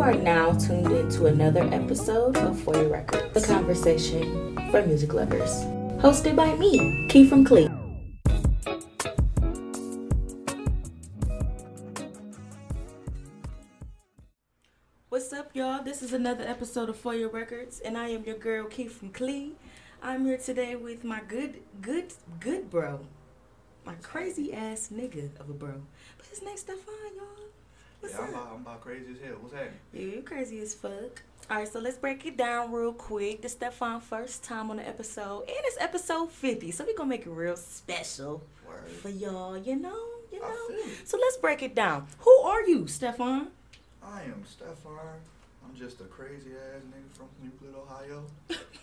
are now tuned into another episode of For Your Record, the conversation for music lovers, hosted by me, Key from Clee. What's up, y'all? This is another episode of For Your Records, and I am your girl, Key from Clee. I'm here today with my good, good, good bro, my crazy ass nigga of a bro. But his name's Stefan, y'all. What's yeah, I'm up? about, I'm about crazy as hell. What's happening? Yeah, you crazy as fuck. All right, so let's break it down real quick. This Stefan first time on the episode, and it's episode 50, so we're gonna make it real special Word. for y'all, you know? You I know? feel it. So let's break it down. Who are you, Stefan? I am Stefan. I'm just a crazy ass nigga from Euclid, Ohio.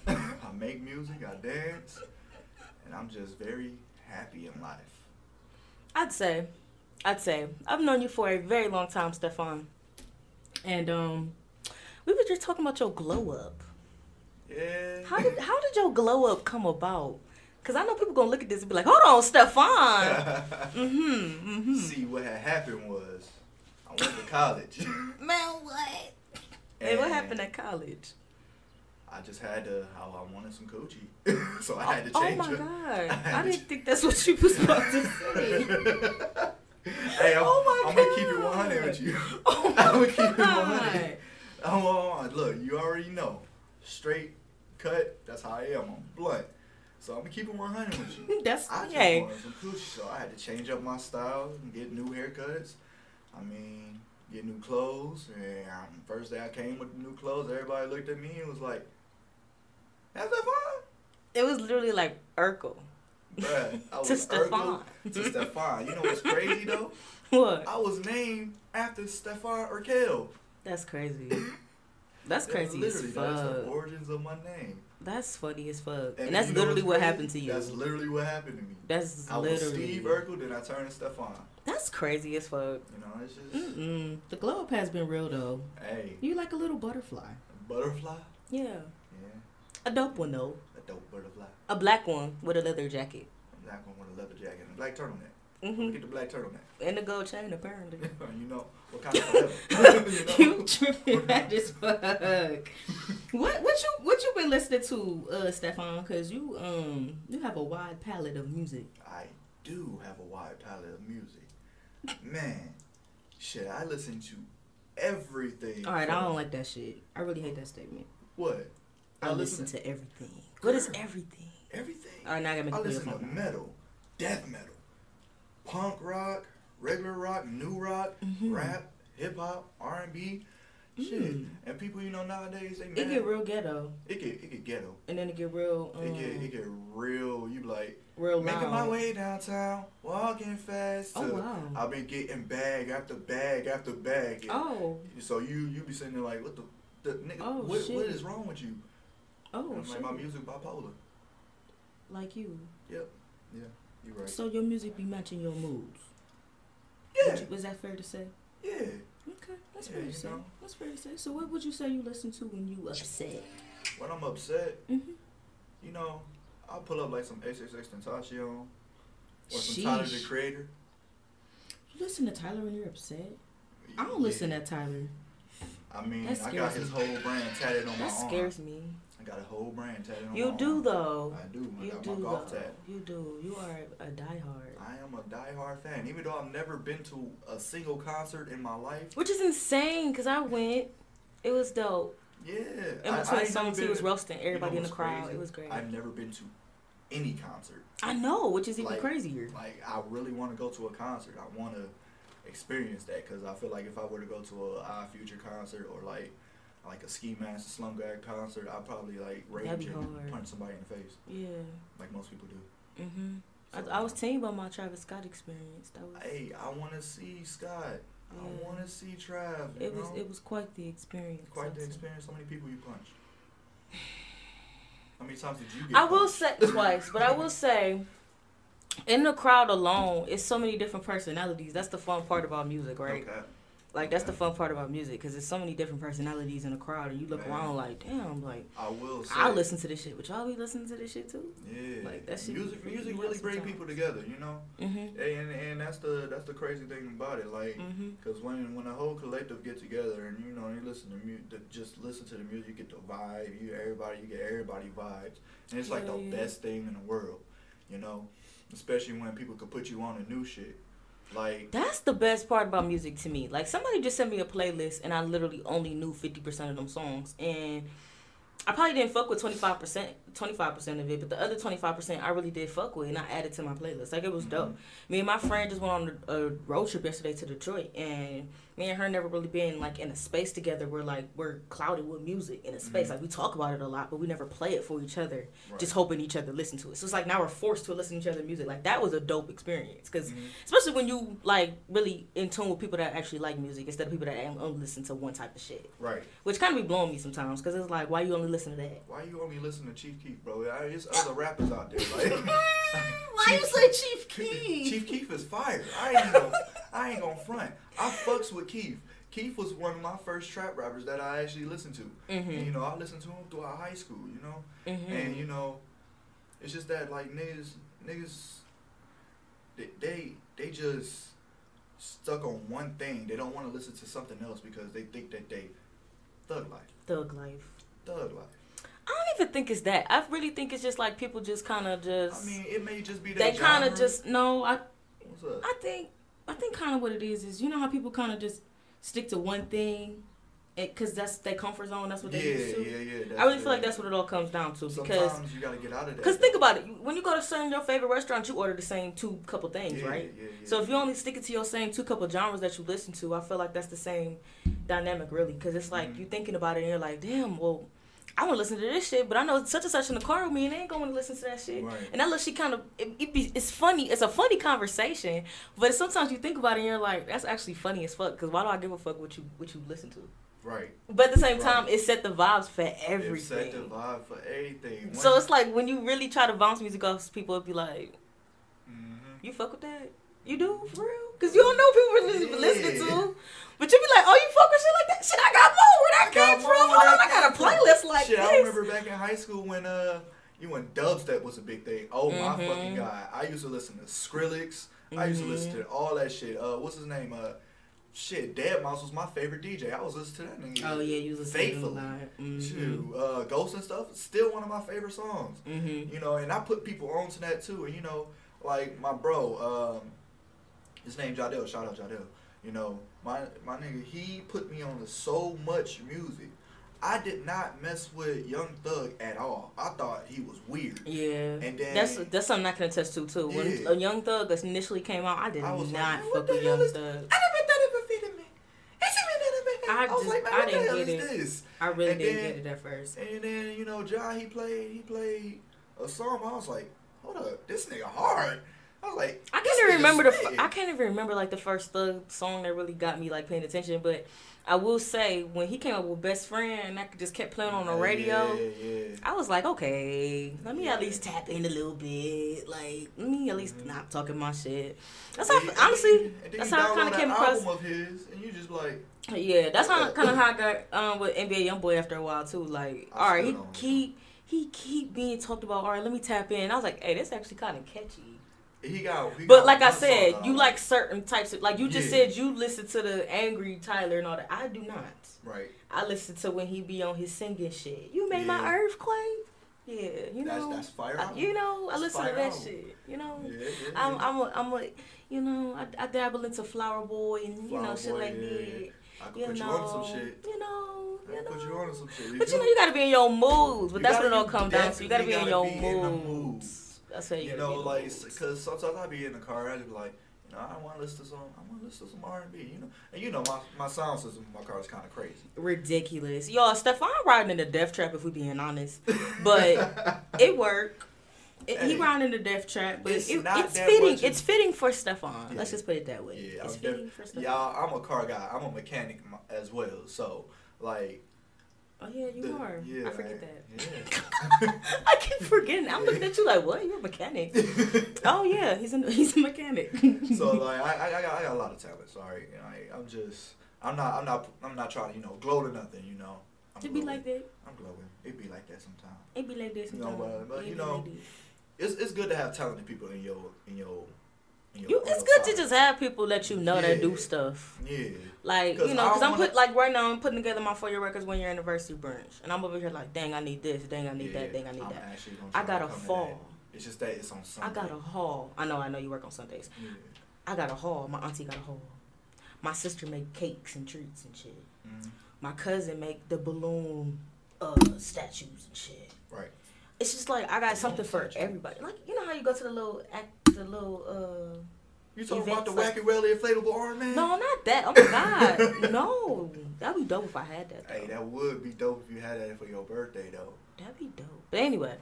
I make music, I dance, and I'm just very happy in life. I'd say, I'd say, I've known you for a very long time, Stefan. And um, we were just talking about your glow up. Yeah. How did how did your glow up come about? Cause I know people gonna look at this and be like, hold on, Stefan. mm-hmm. Mm-hmm. See, what had happened was I went to college. Man, what? Hey, what happened at college? I just had to, I, I wanted some coochie. so I had to oh change my up. god! had I to didn't ch- think that's what you was about to say. hey, I'm, Oh my I'm gonna keep it God. 100 with you. Oh I'm my gonna keep it 100. god! I'm on. oh, Look, you already know. Straight cut. That's how I am. I'm blunt. So I'm gonna keep it 100 with you. That's I just yay. wanted some coochie, so I had to change up my style and get new haircuts. I mean, get new clothes. And um, first day I came with the new clothes, everybody looked at me and was like, "That's that fine, It was literally like Urkel. bruh." I to was Stefan. Urkel To Stefan. You know what's crazy though? What? I was named after Stefan Urkel. That's crazy. That's That's crazy as Literally, that's the fuck. origins of my name. That's funny as fuck. And And that's you know literally what's what crazy? happened to That's you. literally what happened to me. That's I was literally. Steve Urkel, then I turned to Stefan. That's crazy as fuck. You know, it's just Mm-mm. The glow up has been real though. hey, You like a little butterfly. butterfly. Yeah. Yeah, A dope one though. a dope butterfly. A black one with a leather jacket. A black one with a leather jacket and a black turtleneck. Mm-hmm. Get the black turtleneck. And a gold chain apparently. you know what kind of you know? you tripping bad as fuck. What what you what you been listening to, uh, Stefan? Cause you um you have a wide palette of music. I do have a wide palette of music. Man, shit, I listen to everything. All right, I from- don't like that shit. I really hate that statement. what. I, listen, to everything. What is everything? to everything. All right, now I gotta make I a video listen for to metal, death metal, punk rock, regular rock, new rock, Mhm. rap, hip hop, R and B, shit. Mm. And people, you know, nowadays they It mad. get real ghetto, it get it get ghetto. and then it get real um, It get it get real. You be like real making my loud. way downtown, walking fast. Oh to- wow. I've been getting bag after bag after bag. and Oh So you you be sitting there like, what the, the nigga? Oh, what, what shit. is wrong with you? oh And I'm shit. like my music bipolar. like you. You right? So your music be matching your moods. yeah, Would you- Was that fair to say? yeah. Okay, that's Yeah, fair to you say. know. That's fair to say. So, what would you say you listen to when you upset? When I'm upset, Mm-hmm. you know, I'll pull up like some XXX Tentacion or some Tyler the Creator. You listen to Tyler when you're upset. I don't listen to Tyler. I mean, That I got scares his me. whole brand tatted on my That arm. scares me. I got a whole brand tatted on my You do arm. though. I do. I You got do my though. golf tat. You do. You are a diehard. I am a diehard fan, even though I've never been to a single concert in my life. Which is insane because I went. It was dope. Yeah, In I, I between ain't never songs, he been was to- roasting you know everybody in the what's crowd. crazy? It was great. I, I've never been to any concert. know, which is even Like- crazier. Like, I really want to go to a concert. I want to experience that because I feel like if I were to go to a I Future concert or like like a Ski Master Slum Gag concert, I'd probably like That'd be rage hard. and punch somebody in the face Yeah. like most people do. Mm-hmm. So, I, I was telling you about my Travis Scott experience. That was. Hey, I want to see Scott. Yeah. I want to see Trav. You it was. know? It was quite the experience. quite I'd the say. experience. How many people you punched? How many times did you get? I will punched? say twice, but I will say, in the crowd alone, it's so many different personalities. That's the fun part about music, right? Okay. Like that's the fun part about music because there's so many different personalities in the crowd, and you look Man. around like, damn, like I will say. I listen to this shit, but y'all be listening to this shit too. Yeah. Like, that shit be music, freaking music me really out bring sometimes. people together, you know. Mhm. And and that's the that's the crazy thing about it, like. Mhm. Cause when when a whole collective get together and you know you listen to music, just listen to the music, you get the vibe. You everybody, you get everybody vibes, and it's like the Hell yeah. best thing in the world, you know. Especially when people could put you on a new shit, like That's the best part about music to me. Like somebody just sent me a playlist, and I literally only knew fifty percent of them songs, and I probably didn't fuck with twenty five percent, twenty five percent of it, but the other twenty five percent I really did fuck with, and I added to my playlist. Like it was dope. Me and my friend just went on a, a road trip yesterday to Detroit, and me and her never really been like in a space together. We're like we're clouded with music in a space. Mhm. Like we talk about it a lot, but we never play it for each other. right. Just hoping each other listen to it. So it's like now we're forced to listen to each other's music. Like that was a dope experience because Mhm. especially when you like really in tune with people that actually like music instead of people that only listen to one type of shit, right. which kind of be blowing me sometimes because it's like why you only listen to that. Why you only listen to Chief Keef, bro? I- There's other rappers out there. Like Why you say Chief Keef? Chief Keef is fire. I ain't gonna, I ain't gonna front. I fucks with Keef. Keef was one of my first trap rappers that I actually listened to. And, you Mm-hmm. know, I listened to him throughout high school. You know, and Mm-hmm. you know, it's just that like niggas, niggas, they they, they just stuck on one thing. They don't want to listen to something else because they think that they thug life, Thug life. thug life. I don't even think it's that. I really think it's just like people just kind of just I mean, it may just be they that. kind of genre. just no. I What's up? I think I think kind of what it is is you know how people kind of just stick to one thing, because that's their comfort zone. That's what yeah, they used to. yeah, yeah. I really feel like that's what it all comes down to because Sometimes you gotta get out of that. Because think about it. When you go to certain your favorite restaurant, you order the same two couple things, yeah, right? Yeah, yeah, So if you only stick it to your same two couple genres that you listen to, I feel like that's the same dynamic, really. Because it's like Mhm. you thinking about it and you're like, damn, well, I want to listen to this shit, but I know such and such in the car with me and they ain't going to listen to that shit. Right. And that little shit kind of, it, it be, it's funny. It's a funny conversation, but sometimes you think about it and you're like, that's actually funny as fuck. Because why do I give a fuck what you what you listen to? Right. But at the same Right. time, it set the vibes for It everything. set the vibe for everything. So it's like when you really try to bounce music off people, it'd be like, Mm-hmm. you fuck with that? You do for real? Cause you don't know people really Yeah. listening to, but you be like, oh, you fuck with shit like that? Shit, I got more where that came from. Hold on, I got a playlist like Shit, this. I remember back in high school when uh, you when dubstep was a big thing. Oh my Mhm. fucking god! I used to listen to Skrillex. I used to listen Mm-hmm. to all that shit. Uh, what's his name? Uh, shit, Dead Mouse was my favorite DJ. I was listening to that nigga. Oh yeah, you was listening to a Faithfully, lot. Mhm. Too. Uh, Ghost and stuff. Still one of my favorite songs. Mhm. you know, and I put people on to that too. And you know, like my bro, um, his name Jadel, shout out Jadel. You know, my my nigga, he put me on to so much music. I did not mess with Young Thug at all. I thought he was weird. Yeah. And then That's that's something I can attest to too. When Yeah. a Young Thug initially came out, I did I was like, not "Man, what fuck the with hell Young is- Thug. I never thought it befitted me. It's a I minute of it. I was just- like, man, I what the didn't hell get is it. this? I really And didn't then- get it at first. And then you know, John, he played he played a song. I was like, hold up, this nigga hard. I was like, I this can't even nigga remember the. spit. f- I can't even remember like the first Thug song that really got me like paying attention. But I will say when he came up with Best Friend, and I could- just kept playing on the Yeah, radio. Oh, yeah. I was like, okay, let me at Yeah. least tap in a little bit. Like, let me at least Mhm. not talking my shit. That's And how, then- I, honestly, and then that's you how I kind download of came that across. Album of his, and you just like, Yeah, that's how Yeah. kind of how I got um, with NBA YoungBoy after a while too. Like, I all right, he still don't. keep he keep being talked about. All right, let me tap in. I was like, hey, this actually kind of catchy. he got. he But got like I one song said, out. you like certain types of like you just Yeah. said you listen to the angry Tyler and all that. I do not. right. I listen to when he be on his singing shit. You made my Yeah. earthquake. Yeah, you that's know. that's fire. I- you know, I That's listen to fire that album. shit. You know. yeah, yeah, I'm yeah. I'm a, I'm a you know I, I dabble into Flower Boy and you know Flower shit Boy, like yeah. that. I could You put know, you on some shit. you know, I you could know. put you on some shit. But you know do- you gotta be in your moods. But You that's what gotta- it all you comes down to. You gotta be in definitely your gotta be in the moods. moods. That's how you, you gotta know, be in the like, moods. cause sometimes I be in the car, I just be like, you know, I want to listen to some, I want to listen to some R and B, you know, and you know, my my sound system in my car is kind of crazy. ridiculous. Y'all, Stefan riding in the death trap if we being honest. But It worked. It, He Hey. riding in the death trap, but it's, It's it, not it's that fitting. much of- It's fitting for Stefan. Let's Yeah. just put it that way. Yeah, it's I'm def- fitting for Stefan. y'all, I'm a car guy, I'm a mechanic m- as well, so like, oh yeah, you the- are. yeah, I forget that. Yeah. that. I keep forgetting. I'm looking at you like, what? You're a mechanic. oh yeah, he's a he's a mechanic. so like I, I, I, got, I got a lot of talent. Sorry, and I, I'm just I'm not. I'm not. I'm not trying to you know glow to nothing. You know. I'm It be glowing. like that. I'm glowing. It be like that sometimes. It be like that You know, sometimes. uh, but It you be know, like that. It's it's good to have talented people in your in your. In your You, in it's your good to side. just have people that you know that do Yeah. stuff. Yeah. Like 'Cause you know, because I I'm wanna- put like right now I'm putting together my four year records one year anniversary brunch, and I'm over here like, dang, I need this, dang, I need that, dang, I need I'm that. actually gonna I try to got a come to that. fall. It's just that it's on I Sunday. got a haul. I know, I know you work on Sundays. Yeah. I got a haul. My auntie got a haul. My sister make cakes and treats and shit. Mhm. My cousin make the balloon uh, statues and shit. Right. It's just like I got something for everybody. Like you know how you go to the little act, the little. uh You talking about the Events wacky Rally inflatable arm man? No, not that. Oh my god, no. That'd be dope if I had that. Though. Hey, that would be dope if you had that for your birthday though. That'd be dope. But anyway,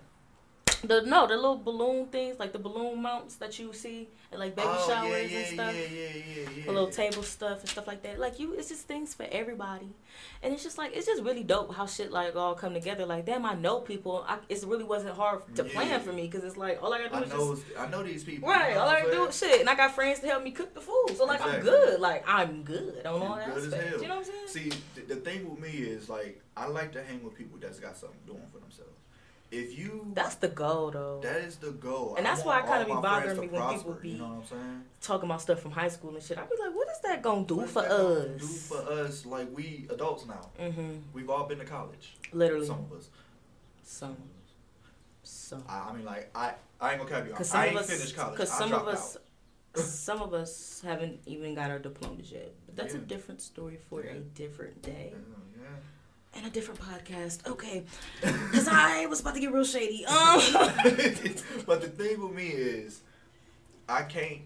the no, the little balloon things like the balloon mounts that you see at like baby oh, showers yeah, and yeah, stuff. Yeah, yeah, yeah, yeah. The little table stuff and stuff like that. Like you, it's just things for everybody, and it's just like it's just really dope how shit like all come together like that. I know people. I, it really wasn't hard to Yeah. plan for me because it's like all I gotta do I is know. just I know these people. right. you know All I what gotta do I'm is shit, and I got friends to help me cook the food. So like I'm Exactly. good. Like I'm good on all You that good as aspect. hell. You know what I'm saying? saying? See, th- the thing with me is like I like to hang with people that's got something going for themselves. If you That's the goal though. that is the goal, And that's why want I kinda be all my bothering friends to me when people prosper, be You know what I'm saying? talking about stuff from high school and shit. I'd be like, what is that gonna do What is for that gonna us? Do for us, like we adults now. Mm-hmm. We've all been to college. Literally. Some of us. Some. Some. I, I mean, like I, I ain't gonna cap you. Because I some ain't of us. finished college. Because I some of dropped us. out. some of us haven't even got our diplomas yet. But that's a Yeah. different story for Yeah. a different day Yeah. and a different podcast. Okay. Because I was about to get real shady. Um. but the thing with me is, I can't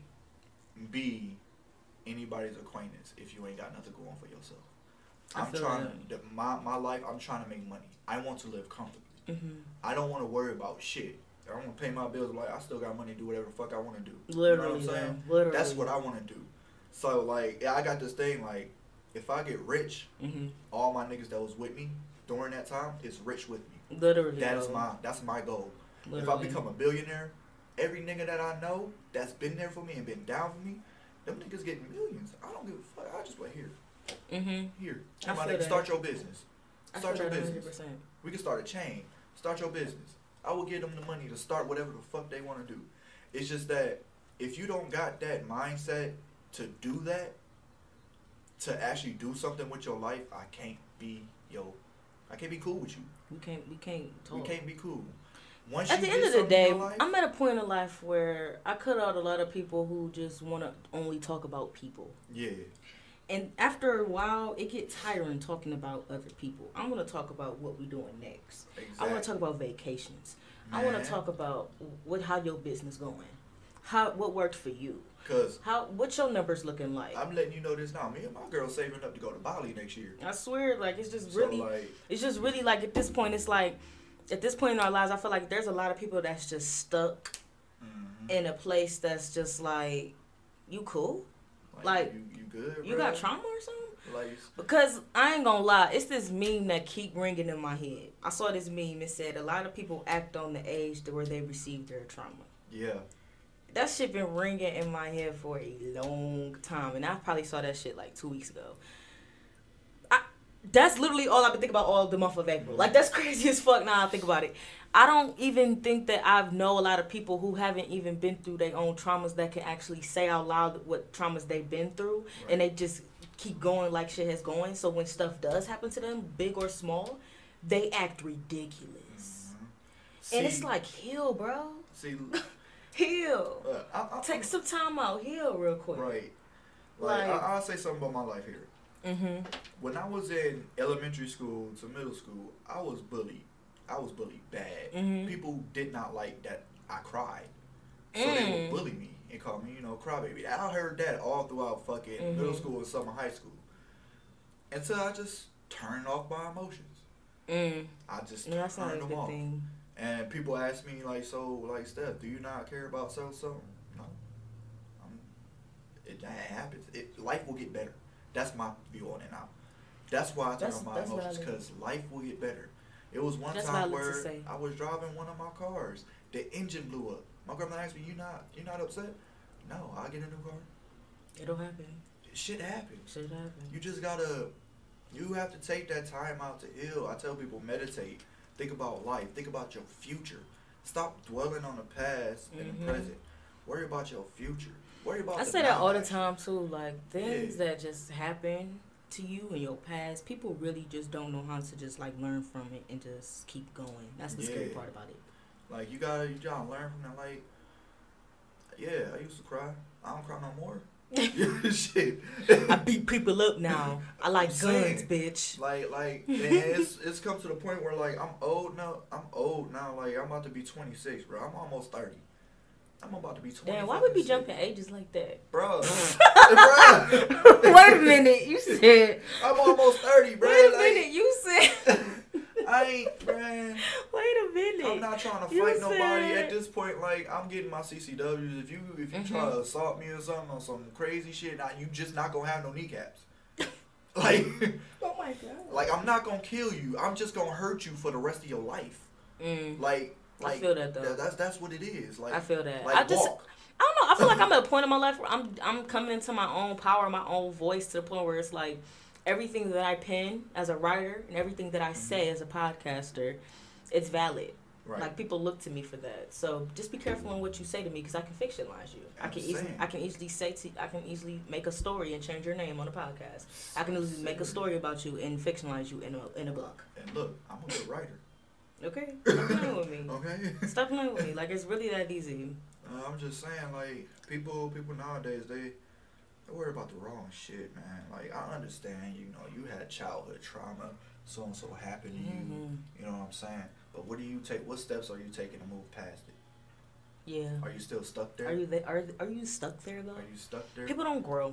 be anybody's acquaintance if you ain't got nothing going for yourself. I I'm feel trying that. to my my life. I'm trying to make money. I want to live comfortably. Mhm. I don't want to worry about shit. I want to pay my bills. Like I still got money to do whatever the fuck I want to do. Literally. you know what I'm saying? though. Literally. That's what I want to do. So like, I got this thing like, if I get rich, hmm all my niggas that was with me during that time is rich with me. Literally. That is though. my that's my goal. If I Literally. become a billionaire, every nigga that I know that's been there for me and been down for me, them niggas getting millions. I don't give a fuck. I just went here, Mm-hmm. here. I My feel nigga, that. start your business. I feel Start your that business. 100%. We can start a chain. Start your business. I will give them the money to start whatever the fuck they want to do. It's just that if you don't got that mindset to do that, to actually do something with your life, I can't be yo. I can't be cool with you. We can't. We can't talk. We can't be cool. Once at you the get end of the something in day, your life- I'm at a point in life where I cut out a lot of people who just want to only talk about people. yeah, And after a while, it gets tiring talking about other people. I want to talk about what we're doing next. exactly. I want to talk about vacations. I want Man. to talk about what how your business going, how what worked for you, Cause how what your numbers looking like. i I'm letting you know this now. Me and my girl saving up to go to Bali next year. swear, like it's just really, So like, it's just really like at this point, it's like at this point in our lives, I feel like there's a lot of people that's just stuck mhm. in a place that's just like you cool like, you, you good? you bruh? got trauma or something Like, because i ain't gonna lie it's this meme that keep ringing in my head i saw this meme it said a lot of people act on the age to where they received their trauma yeah, that shit been ringing in my head for a long time and i probably saw that shit like two weeks ago I, that's literally all i've been thinking about all the month of april like that's crazy as fuck now i think about it i don't even think that i know a lot of people who haven't even been through their own traumas that can actually say out loud what traumas they've been through Right. and they just keep going like shit has going so when stuff does happen to them big or small they act ridiculous Mhm. and it's See- like heal bro see, heal uh, I, I, Take some time out here real quick. right. Like, Like- I, I'll say something about my life here. Mm-hmm. When I was in elementary school to middle school, I was bullied. I was bullied bad. Mhm. People did not like that I cried, so they Mm. would bully me and call me, you know, crybaby. I heard that all throughout fucking Mhm. middle school and summer high school, until I just turned off my emotions. Mm. I just No, that's not a turned them good off. thing. And people ask me like, so like, Steph, do you not care about so so? No, I'm, it, that happens. It life will get better. That's my view on it now. That's why I turn That's- on my that's emotions valid. because life will get better. It was one That's time valid to where say. I was driving one of my cars. The engine blew up. My grandma asked me, "You not you not upset?" No, I will get a new car. It'll happen. shit happens. Shit happens. You just gotta, you have to take that time out to heal. I tell people meditate, think about life, think about your future. Stop dwelling on the past and Mhm. the present. Worry about your future. Worry about. I the say that all the now. time too. Like things Yeah. that just happen to you in your past, people really just don't know how to just like learn from it and just keep going. That's the scary Yeah. part about it. Like you gotta, you gotta learn from that. Like, yeah, I used to cry. I don't cry no more. Shit. I beat people up now. I like guns, I'm saying. bitch. Like, like, man, it's it's come to the point where like I'm old now. I'm old now. Like I'm about to be 26, bro. I'm almost 30. I'm about to be 20. Damn, why would be fucking soon. jumping ages like that? bro? Bruh. Wait a minute, you said. I'm almost 30, bro. Wait a like, minute, you said. I ain't, man. Wait a minute. I'm not trying to You fight nobody said- at this point. Like I'm getting my CCWs. If you if you try Mhm. to assault me or something or some crazy shit, now you just not gonna have no kneecaps. like, oh my god. like I'm not gonna kill you. I'm just gonna hurt you for the rest of your life. Mm, Like, like I feel that though. tha- that's that's what it is. Like I feel that. Like I just. walk. I don't know. I feel like I'm at a point in my life where I'm I'm coming into my own power, my own voice to the point where it's like everything that I pen as a writer and everything Mm-hmm. that I say as a podcaster, it's valid. right. Like people look to me for that. So just be careful on what you say to me because I can fictionalize you. I I'm can easily saying. I can easily say to I can easily make a story and change your name on a podcast. I can easily make a story about you and fictionalize you in a in a book. And look, I'm a good writer. Okay, stop playing with me. Okay. Stop playing with me. Like it's really that easy. Uh, I'm just saying, like people, people nowadays, they they worry about the wrong shit, man. Like I understand, you know, you had childhood trauma, so and so happened to you. Mhm. You know what I'm saying? But what do you take? What steps are you taking to move past it? Yeah. Are you still stuck there? Are you there? Are are you stuck there though? Are you stuck there? People don't grow.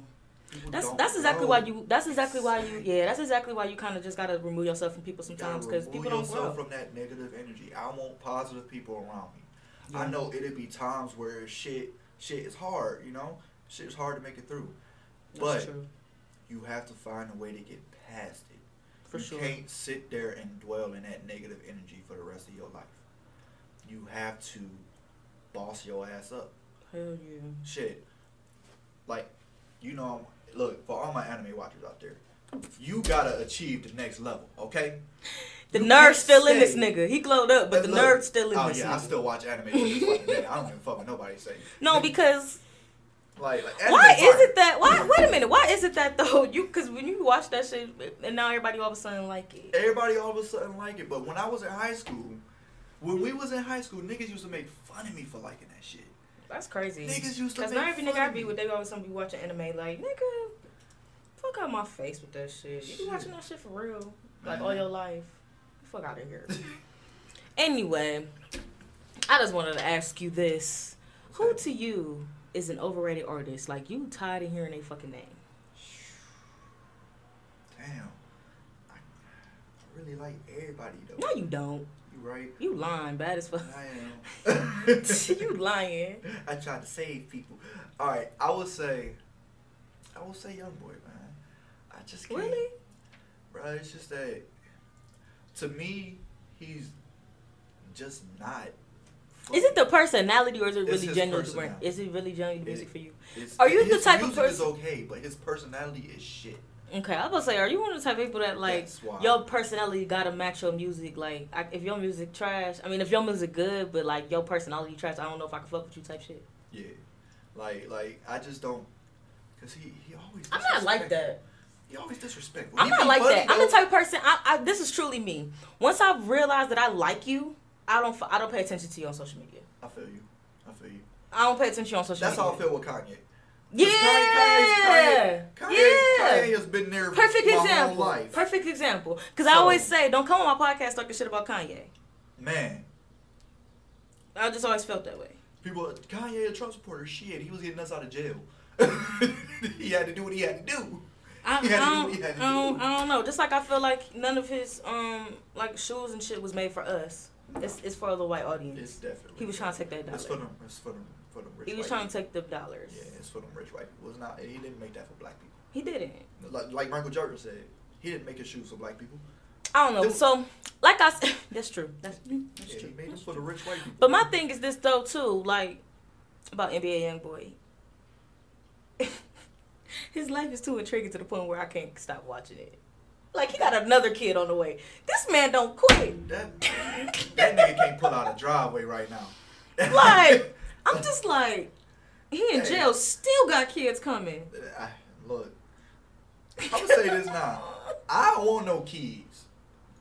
People That's don't that's exactly why grow. you. That's exactly why you. Yeah, that's exactly why you kind of just gotta remove yourself from people You gotta sometimes because remove people don't yourself grow. from that negative energy. I want positive people around me. I Yeah. know it'll be times where shit shit is hard. You know, shit is hard to make it through. That's but- true. You have to find a way to get past it. For you sure. can't sit there and dwell in that negative energy for the rest of your life. You have to boss your ass up. Hell yeah. Shit. Like, you know, look, for all my anime watchers out there, you gotta achieve the next level, okay? The You nerve can't still in this say- nigga. He glowed up, but And the look, nerve still in Oh, this yeah, I nigga. still watch anime to this fucking day. I don't give a fuck what nobody say. no, because Like, like why anime is fire. it that? Why? Wait a minute. Why is it that though? You because when you watch that shit, and now everybody all of a sudden like it. Everybody all of a sudden like it, but when I was in high school, when we was in high school, niggas used to make fun of me for liking that shit. That's crazy. Niggas used to Mm. Cause make not every fun nigga I of be me. with, they always gonna be watching anime. Like nigga, fuck out my face with that shit. Mm-hmm. You Shit. be watching that shit for real, like Man. all your life. Fuck out of here. anyway, I just wanted to ask you this: Who to you is an overrated artist? Like you tired of hearing they fucking name? Damn. I, I really like everybody though. No, you don't. You right? You lying, bad as fuck. I am. you lying. I tried to save people. All right, I would say, I would say young boy, man. I just can't. Really? Bro, it's just that. To me, he's just not. Is it the personality or is it It's really his genuine? to- personality. Is it really genuine It- music for you? It's, Are you the his type of music is person- okay, but his personality is shit. Okay, I was about to say, are you one of the type of people that like That's why. your personality gotta match your music? Like, I, if your music trash, I mean, if your music good, but like your personality trash, I don't know if I can fuck with you type shit. Yeah, like like I just don't. Cause he he always. I'm not like disrespectful. that. He always disrespectful. I'm He not be like funny, that. I'm the though. type of person. I, I this is truly me. Once I realize that I like you, I don't. f- I don't pay attention to you on social media. I feel you. I feel you. I don't pay attention to you on social That's how I media. feel with Kanye. Yeah. Kanye, Kanye, yeah. Kanye has been there Perfect my example. whole life. Perfect example. Because I So- always say, don't come on my podcast talking shit about Kanye. Man, I just always felt that way. people, Kanye a Trump supporter, shit, he was getting us out of jail. he had to do what he had to do. I, I, He had to do don't, what he had to I, don't, do. I don't know. Just like I feel like none of his um like shoes and shit was made for us. It's, it's for the white audience. It's definitely. he was trying to take that It's for dollar. them. It's for them. For them rich He was white trying to take the dollars. people. Yeah, it's for them rich white people. It's not. He didn't make that for black people. He didn't. Like, like Michael Jordan said, he didn't make his shoes for black people. I don't know. Them- So like I said, that's true. That's, mm, that's yeah, true. he made them for the rich white people. But my thing is this though too, like about NBA YoungBoy. His life is too intriguing to the point where I can't stop watching it. Like he got another kid on the way. This man don't quit. That, that nigga can't pull out a driveway right now. Like I'm just like he in Hey. jail still got kids coming. I- look, I'm gonna say this now. I don't want no kids.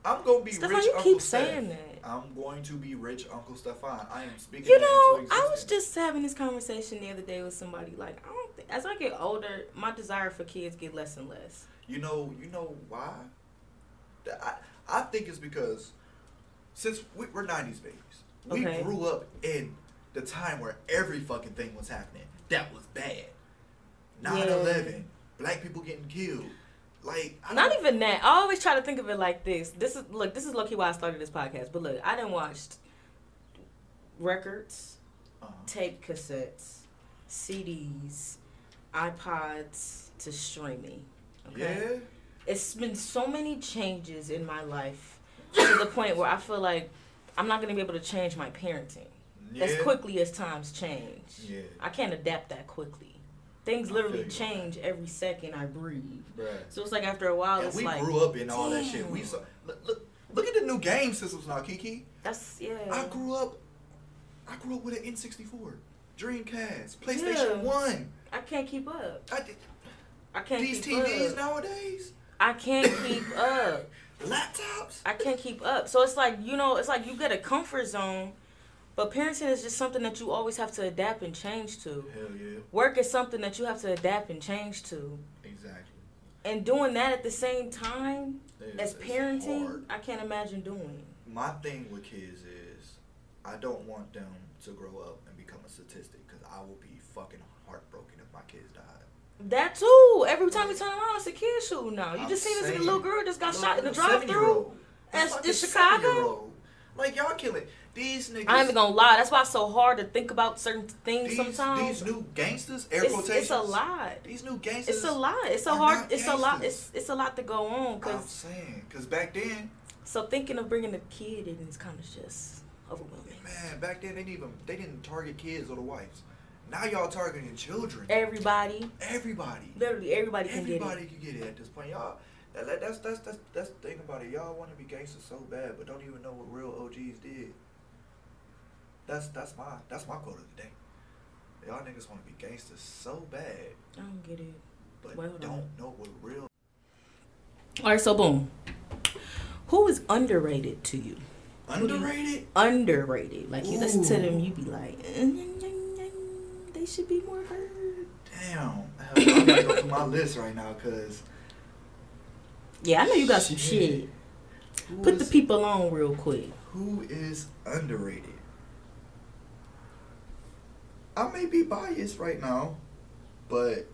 I'm gonna be Stefan, rich. you Uncle keep Steph. saying that. I'm going to be rich, Uncle Stefan. I am speaking. You that know, into I was existence. just having this conversation the other day with somebody. Like, I don't. Think, as I get older, my desire for kids get less and less. You know, you know why? Th- I I think it's because since we, we're '90s babies, we Okay. grew up in the time where every fucking thing was happening. That was bad. 9/11, black people getting killed. Like I Not don't- even that. I always try to think of it like this. This is look. This is lucky why I started this podcast. But look, I didn't watch records, Uh-huh. tape cassettes, CDs, iPods to streaming. Okay. Yeah. It's been so many changes in my life to the point where I feel like I'm not gonna be able to change my parenting. Yeah. as quickly as times change. Yeah. I can't adapt that quickly. Things I literally feel you. change every second I breathe. Bruh. So it's like after a while, And it's we like grew up in all that shit. damn. We saw look, look look at the new game systems now, Kiki. that's yeah. I grew up I grew up with an N64, Dreamcast, PlayStation Yeah. 1. I can't keep up. I did- I can't these keep TVs up. nowadays, I can't keep up. laptops. I can't keep up. So it's like you know, it's like you get a comfort zone, but parenting is just something that you always have to adapt and change to. Hell yeah, Work is something that you have to adapt and change to. exactly. And doing that at the same time It's- as it's parenting, hard. I can't imagine doing. My thing with kids is I don't want them to grow up and become a statistic because I will be fucking heartbroken if my kids died. That too. Every time you turn around, it's a kid shooting now. Oh, You I'm just seen this saying, little girl just got little- shot in the little drive through. 7-year-old. That's- Fucking it's Chicago? 7-year-old. Like y'all killing these niggas. I ain't even gonna lie. That's why it's so hard to think about certain things these, sometimes. these new gangsters, air it's, quotations. it's a lot. These new gangsters. It's a lot. It's a I'm hard. not It's a lot. gangsters. It's it's a lot to go on. I'm Cause saying, cause back then, so thinking of bringing a kid in is kind of just overwhelming. man, back then they didn't even they didn't target kids or the wives. Now y'all targeting children. Everybody, Everybody. literally everybody can Everybody get can get it at this point, y'all. that- that- That's that's that's that's the thing about it. Y'all want to be gangsters so bad, but don't even know what real OGs did. That's that's my that's my quote of the day. Y'all niggas want to be gangsters so bad, it. I don't get it. but Wait, hold don't on. know what real. All right, so boom. Who is underrated to you? Underrated. underrated. Like you listen to Ooh. them, you be like, "Mm, "Mm-mm-mm-mm, mm, they should be more heard. Damn. I gotta go through my list right now, cause Yeah, I know you got some shit. who Put the is- people on real quick. Who is underrated? I may be biased right now, but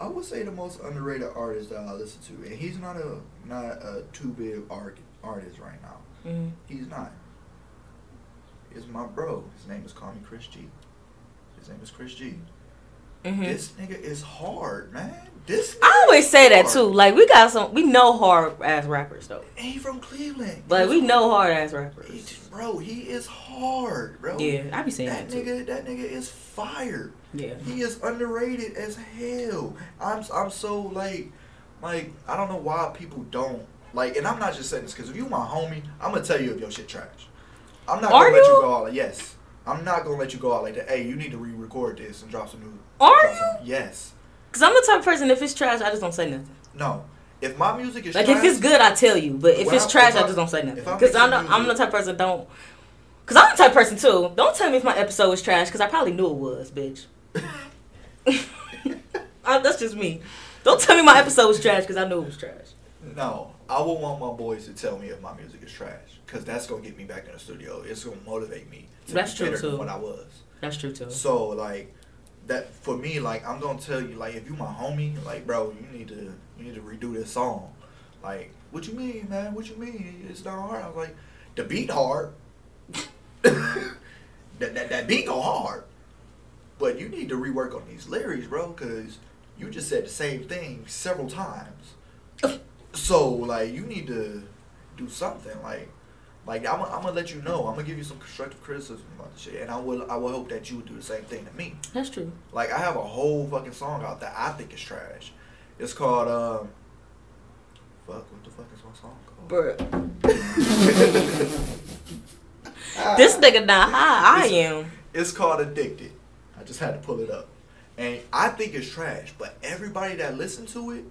I would say the most underrated artist that I listen to, and he's not a not a too big art, artist right now. Mm. He's not. Is my bro. His name is Call Me Chris G. His name is Chris G. hmm This nigga is hard, man. This I always say that hard. too. Like we got some, we know hard ass rappers though, And he from Cleveland. but we He's- know hard ass He, rappers. bro, he is hard, bro. Yeah, I be saying That that too. nigga, that nigga is fire. Yeah, He is underrated as hell. I'm, I'm so like, like I don't know why people don't like. And I'm not just saying this because if you my homie, I'm gonna tell you if your shit trash. I'm not Are gonna let you? you go out. Like, yes, I'm not gonna let you go out like that. Hey, you need to re-record this and drop some new. Are drop you? some- Yes. cause I'm the type of person. If it's trash, I just don't say nothing. No. If my music is Like trash, if it's good, I tell you. But if Well, it's trash, I if I- just don't say nothing. if I Because make I'm, some not- I'm the music- type of person don't. Because I'm the type of person too. Don't tell me if my episode was trash. Because I probably knew it was, bitch. I, that's just me. Don't tell me my episode was trash because I knew it was trash. No, I would want my boys to tell me if my music is trash, cause that's gonna get me back in the studio. It's gonna motivate me to That's be true, better too. than what I was. That's true too. So like, that for me, like I'm gonna tell you, like if you my homie, like bro, you need to you need to redo this song. Like, what you mean, man? What you mean? It's not hard. I was like, the beat hard. that, that that beat go hard, but you need to rework on these lyrics, bro, cause you just said the same thing several times. So like you need to do something. Like Like I'm, I'm gonna let you know. I'm gonna give you some constructive criticism about the shit, and I will, I will hope that you would do the same thing to me. That's true. Like I have a whole fucking song out that I think is trash. It's called um, fuck. What the fuck is my song called? Bruh. Ah. This nigga not high. I This- am. It's called Addicted. I just had to pull it up. And I think it's trash, but everybody that listened to it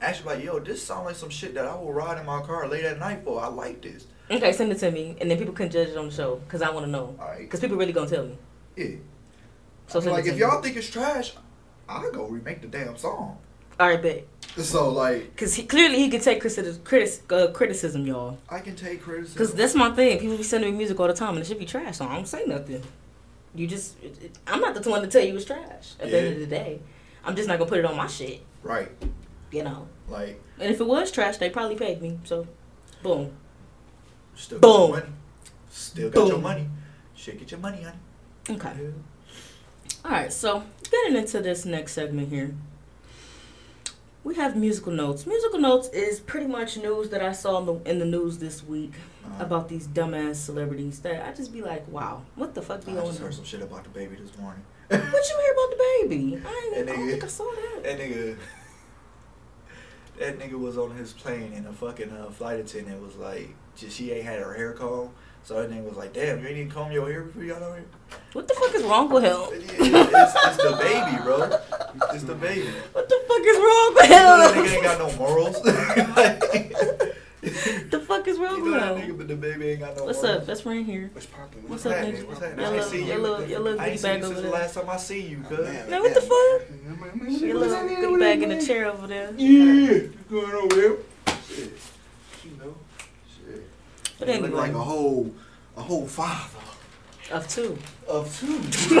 actually like, yo, this sounds like some shit that I will ride in my car late at night for. I like this. Okay, send it to me, and then people can judge it on the show, cause I want to know, All right. cause people really gonna tell me. Yeah. So I'm send like, it to if me. y'all think it's trash, I go remake the damn song. All right, bet. So like, Cause he, clearly he can take criticism, critis- uh, criticism, y'all. I can take criticism. Cause that's my thing. People be sending me music all the time, and it should be trash. So I don't say nothing. You just, it, it- I'm not the one to tell you it's trash. At the end of Yeah. the day, I'm just not gonna put it on my shit. right. You know. Like, And if it was trash, they probably paid me. So, boom. still got Boom. your money. Still got your Boom. money. Shit, get your money, honey. Okay. Yeah. All right, so getting into this next segment here, we have musical notes. Musical notes is pretty much news that I saw in the, in the news this week Uh, about these dumbass celebrities that I just be like, wow, what the fuck do you I on? just here? heard some shit about the baby this morning. What you hear about the baby? I, ain't, That I don't nigga- think I saw that. That nigga, that nigga was on his plane and a fucking uh, flight attendant was like, just, she ain't had her hair combed. So that nigga was like, damn, you ain't even comb your hair before you got out here? What the fuck is wrong with him? It's, it's the baby, bro. It's the baby. What the fuck is wrong with That nigga ain't him? got no morals. Like, the fuck is you wrong know with that him? nigga, but the baby ain't got no What's morals. up? Best friend here. What's poppin'? What's What's up, happening? nigga? What's Your happening? I ain't little- seen your you. little- your little I ain't goofy seen bag you since over the there. last time I see you, Oh, cuz. man, Man, what the fuck? Your little Yeah, goodie bag in the chair over there. going on, Will? Shit. You know, shit. But You look anyway, like a whole, a whole father of two. of two.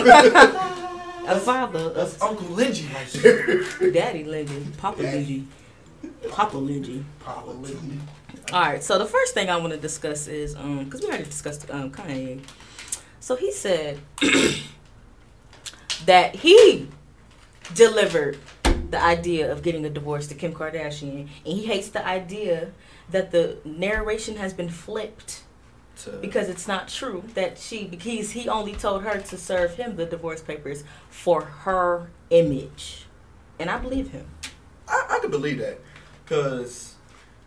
A father of That's Uncle Lingy right there. Daddy Lindsay, Papa Lindsay, Papa Lindsay. Papa Probably. Lee. All right. So the first thing I want to discuss is um, because we already discussed um Kanye. So he said that he delivered the idea of getting a divorce to Kim Kardashian, and he hates the idea that the narration has been flipped because it's not true that she because he only told her to serve him the divorce papers for her image, and I believe him. I, I could believe that, cause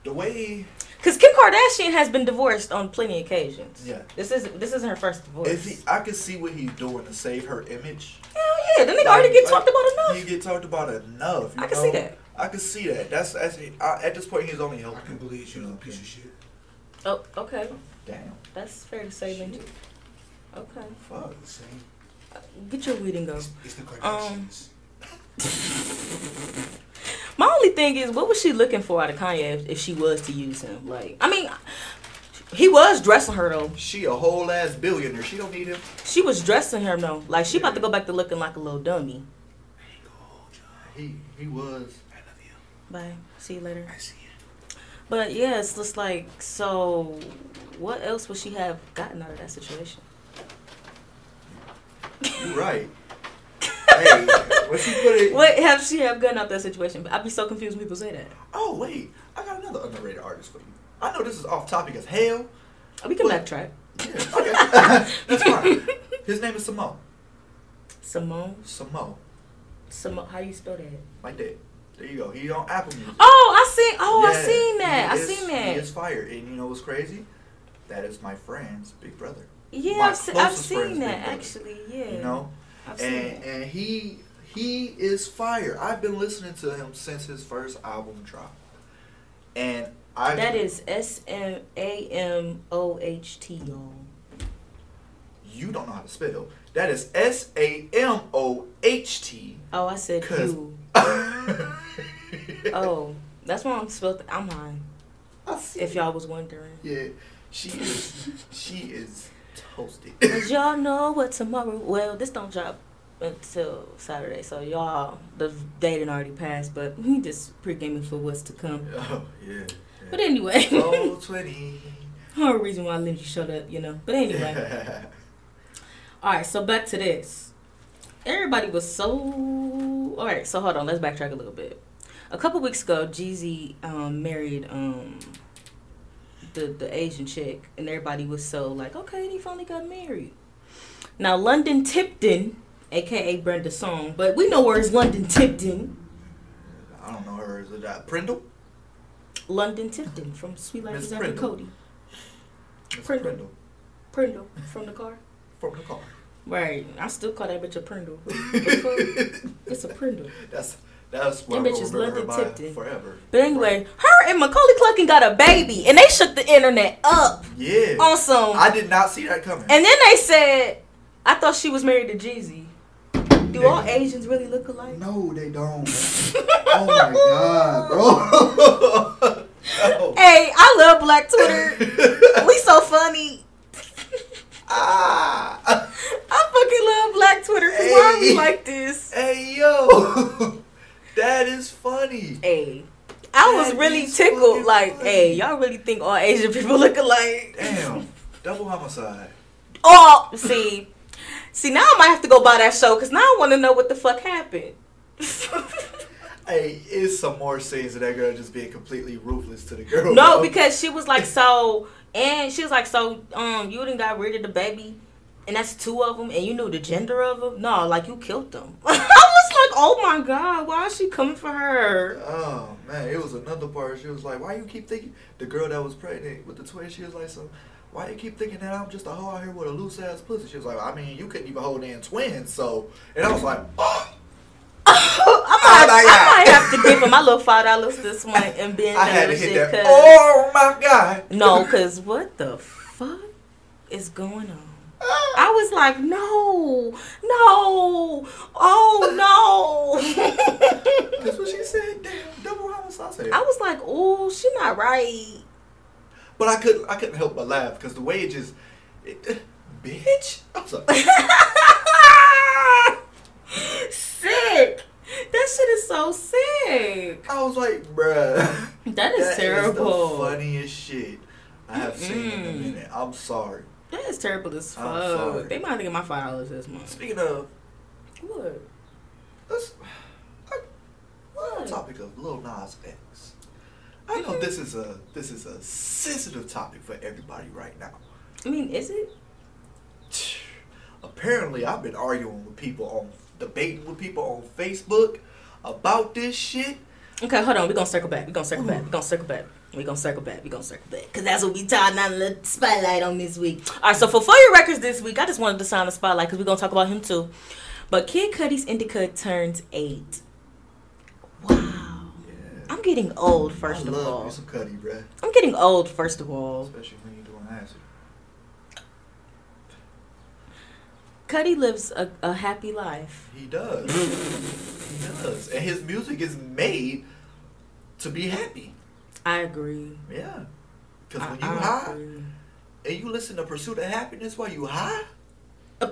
the way Because Kim Kardashian has been divorced on plenty of occasions. Yeah. This isn't this isn't her first divorce. if he, I could see what he's doing to save her image. Hell yeah, the nigga already get talked about He enough. get talked about enough. you I can know? see that. I can see that. That's, that's I, at this point he's only I helping. can believe you, little piece of shit. Oh, okay. Damn. That's fair to say, Benji. Okay. Fuck. The same. Get your weed and go. It's, it's the Kardashians. My only thing is, what was she looking for out of Kanye if, if she was to use him? Like, I mean, he was dressing her though. She a whole ass billionaire. She don't need him. She was dressing her though. Like, she about to go back to looking like a little dummy. He he was. I love you. Bye. See you later. I see you. But yeah, it's just like so. What else would she have gotten out of that situation? You right. hey, when she put it. What have she have gotten out that situation? But I'd be so confused when people say that. Oh wait, I got another underrated artist for you. I know this is off topic as hell. We can What? backtrack. Yeah, okay. That's fine. His name is Samo. Simone, Samo. Simone, how do you spell that? Like that. There you go. He on Apple Music. Oh, I seen. Oh, I Yeah, seen that. he I is- seen He that. is fired, and you know what's crazy? That is my friend's big brother. Yeah, my I've, se- I've closest friend's seen that big brother. actually. Yeah, You know, I've seen and that. and he he is fire. I've been listening to him since his first album dropped, and I That is S M A M O H T y'all. you don't know how to spell. That is S A M O H T. Oh, I said Cause- you. Oh, that's why I'm spelled. I'm lying. If y'all was wondering. Yeah, she is. she is toasted. Cause y'all know what tomorrow. Well, this don't drop until Saturday, so y'all the day done already passed. But we just pre-gaming for what's to come. Oh yeah. But anyway, Soul twenty. whole reason why Lindsay showed up, you know. But anyway, all right. So back to this. Everybody was so. All right. So hold on. Let's backtrack a little bit. A couple weeks ago, Jeezy um, married um, the the Asian chick, and everybody was so like, okay, they finally got married. Now London Tipton, aka Brenda Song, but we know where is London Tipton. I don't know her. Is it uh, Prindle? London Tipton from Sweet Life Miss is After Prindle. Cody. It's Prindle. Prindle. Prindle from the car. From the car. Right, I still call that bitch a Prindle. What the fuck? it's a Prindle. That's that's what Them I'm bitches gonna remember London her by Tipton. forever. But anyway, her and Macaulay Culkin got a baby, and they shook the internet up Yeah. on some. I did not see that coming. And then they said, I thought she was married to Jeezy. Do all Asians really look alike? no, they don't. Oh my god, bro. oh. Hey, I love Black Twitter. we so funny. ah. I fucking love Black Twitter. 'cause Why are we like this? Hey yo, that is funny. Hey, I was That really is tickled. fucking Like, funny. hey, y'all really think all Asian people look alike? Damn, double homicide. Oh, see, see, now I might have to go buy that show because now I want to know what the fuck happened. Hey, it's some more scenes of that girl just being completely ruthless to the girl. No, bro. because she was like so, and she was like so. Um, you didn't got rid of the baby, and that's two of them, and you knew the gender of them. No, like you killed them. I was like, oh my god, why is she coming for her? Oh man, it was another part. She was like, "Why you keep thinking?" The girl that was pregnant with the twins, she was like, "So, why you keep thinking that I'm just a hoe out here with a loose ass pussy?" She was like, "I mean, you couldn't even hold in twins." So, and I was like, "Oh, I might, I might have to give her my little five dollars this month and bend I had that to little hit shit. that." 'cause- Oh my god. No, cause what the fuck is going on? Ah, I was like, no, no, oh no. That's what she said. Damn, double homicide. I said, I was like, oh, she not right. But I couldn't. I couldn't help but laugh because the way it just, it, uh, bitch. I was like, sick. That shit is so sick. I was like, bruh. That is that is the terrible. funniest shit I have seen in a Mm-mm. minute. I'm sorry. That is terrible as I'm fuck. sorry. They might have to get my five dollars this month. Speaking of, What? let's. I, on What? the topic of Lil Nas X. I know this is a this is a sensitive topic for everybody right now. I mean, is it? Apparently, I've been arguing with people on debating with people on Facebook about this shit. Okay, hold on. We're gonna circle back. We're gonna circle back. We're gonna circle back. We're gonna circle back. We're gonna circle back. Because that's what we tied on the spotlight on this week. All right, so for Foyer Records this week, I just wanted to sign the spotlight because we're gonna talk about him too. But Kid Cudi's Indica turns eight. Wow. Yeah. I'm getting old, first I of love all. me some Cudi, bruh. I'm getting old, first of all. Especially when you're doing acid. Cuddy lives a, a happy life. He does. he does, and his music is made to be happy. I agree. Yeah. Because I- when you I high, agree. and you listen to Pursuit of Happiness while you high, Uh,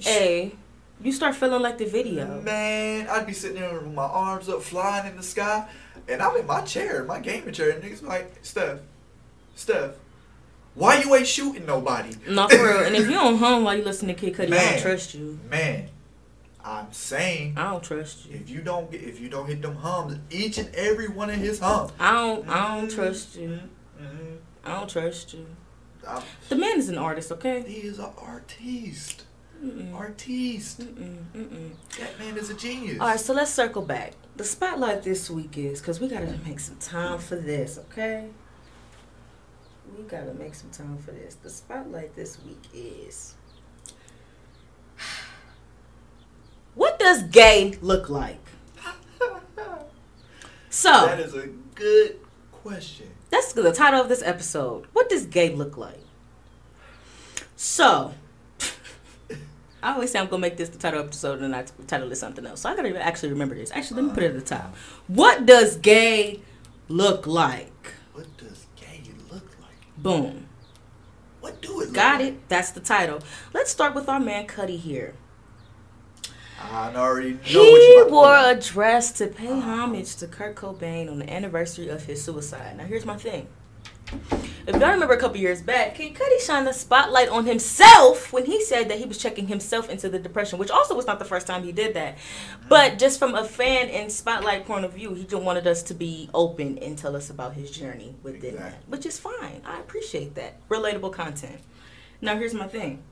Hey, you start feeling like the video. man, I'd be sitting there with my arms up, flying in the sky, and I'm in my chair, my gaming chair, and niggas be like, Steph, Steph, why you ain't shooting nobody? No, for real. And if you don't hum while you listen to Kid Cudi, I don't Man. trust you. man, I'm saying, I don't trust you. if you don't get, if you don't hit them hums, each and every one of his hums, I don't. I don't trust you. mm, I don't trust you. I'm, The man is an artist, okay? he is an artiste, Mm-mm. artiste. Mm-mm. Mm-mm. That man is a genius. All right, so let's circle back. The spotlight this week is because we gotta make some time for this, okay? We gotta make some time for this. The spotlight this week is what does gay look like? that So is a good question. that's the title of this episode. What does gay look like? So I always say I'm gonna make this the title of the episode and I t- title it something else. So I gotta even actually remember this. Actually, let me put it at the top. What does gay look like? What does gay look like? Boom. What do it? Got look it. That's the title. Let's start with our man Cuddy here. Like? I already know what He you about to wore a do. dress to pay Uh-huh. homage to Kurt Cobain on the anniversary of his suicide. Now here's my thing. If y'all remember a couple years back, Kid Cudi shined the spotlight on himself when he said that he was checking himself into the depression, which also was not the first time he did that. But just from a fan and spotlight point of view, he just wanted us to be open and tell us about his journey within that, Exactly. which is fine. I appreciate that. Relatable content. Now, here's my thing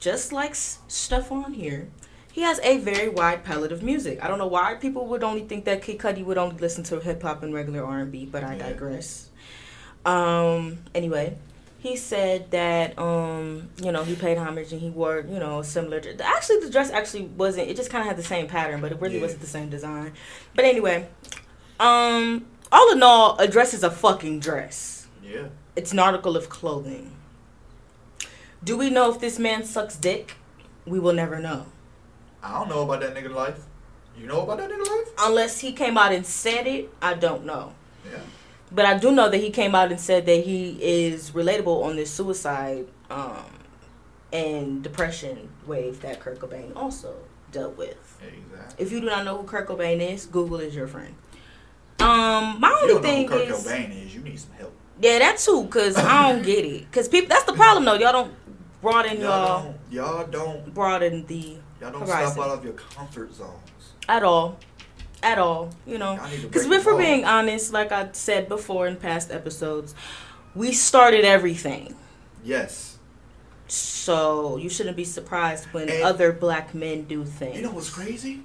just like s- stuff on here, he has a very wide palette of music. I don't know why people would only think that Kid Cudi would only listen to hip hop and regular R and B, but I Yeah. digress. Um. Anyway, he said that um you know he paid homage and he wore you know similar. dr- Actually, the dress actually wasn't. It just kind of had the same pattern, but it really Yeah. wasn't the same design. But anyway, um. All in all, a dress is a fucking dress. Yeah. It's an article of clothing. Do we know if this man sucks dick? We will never know. I don't know about that nigga life. You know about that nigga life? Unless he came out and said it, I don't know. Yeah. But I do know that he came out and said that he is relatable on this suicide um, and depression wave that Kurt Cobain also dealt with. Exactly. If you do not know who Kurt Cobain is, Google is your friend. Um, my only You don't know who thing Kurt is, Cobain is. You need some help. yeah, that too, cause I don't get it. Cause people, that's the problem though. Y'all don't broaden y'all Y'all don't. Y'all don't. broaden the Y'all don't Horizon. stop out of your comfort zones. at all at all you know Y'all need to because break if we're the being honest like i said before in past episodes we started everything Yes. so you shouldn't be surprised when And- other black men do things You know what's crazy?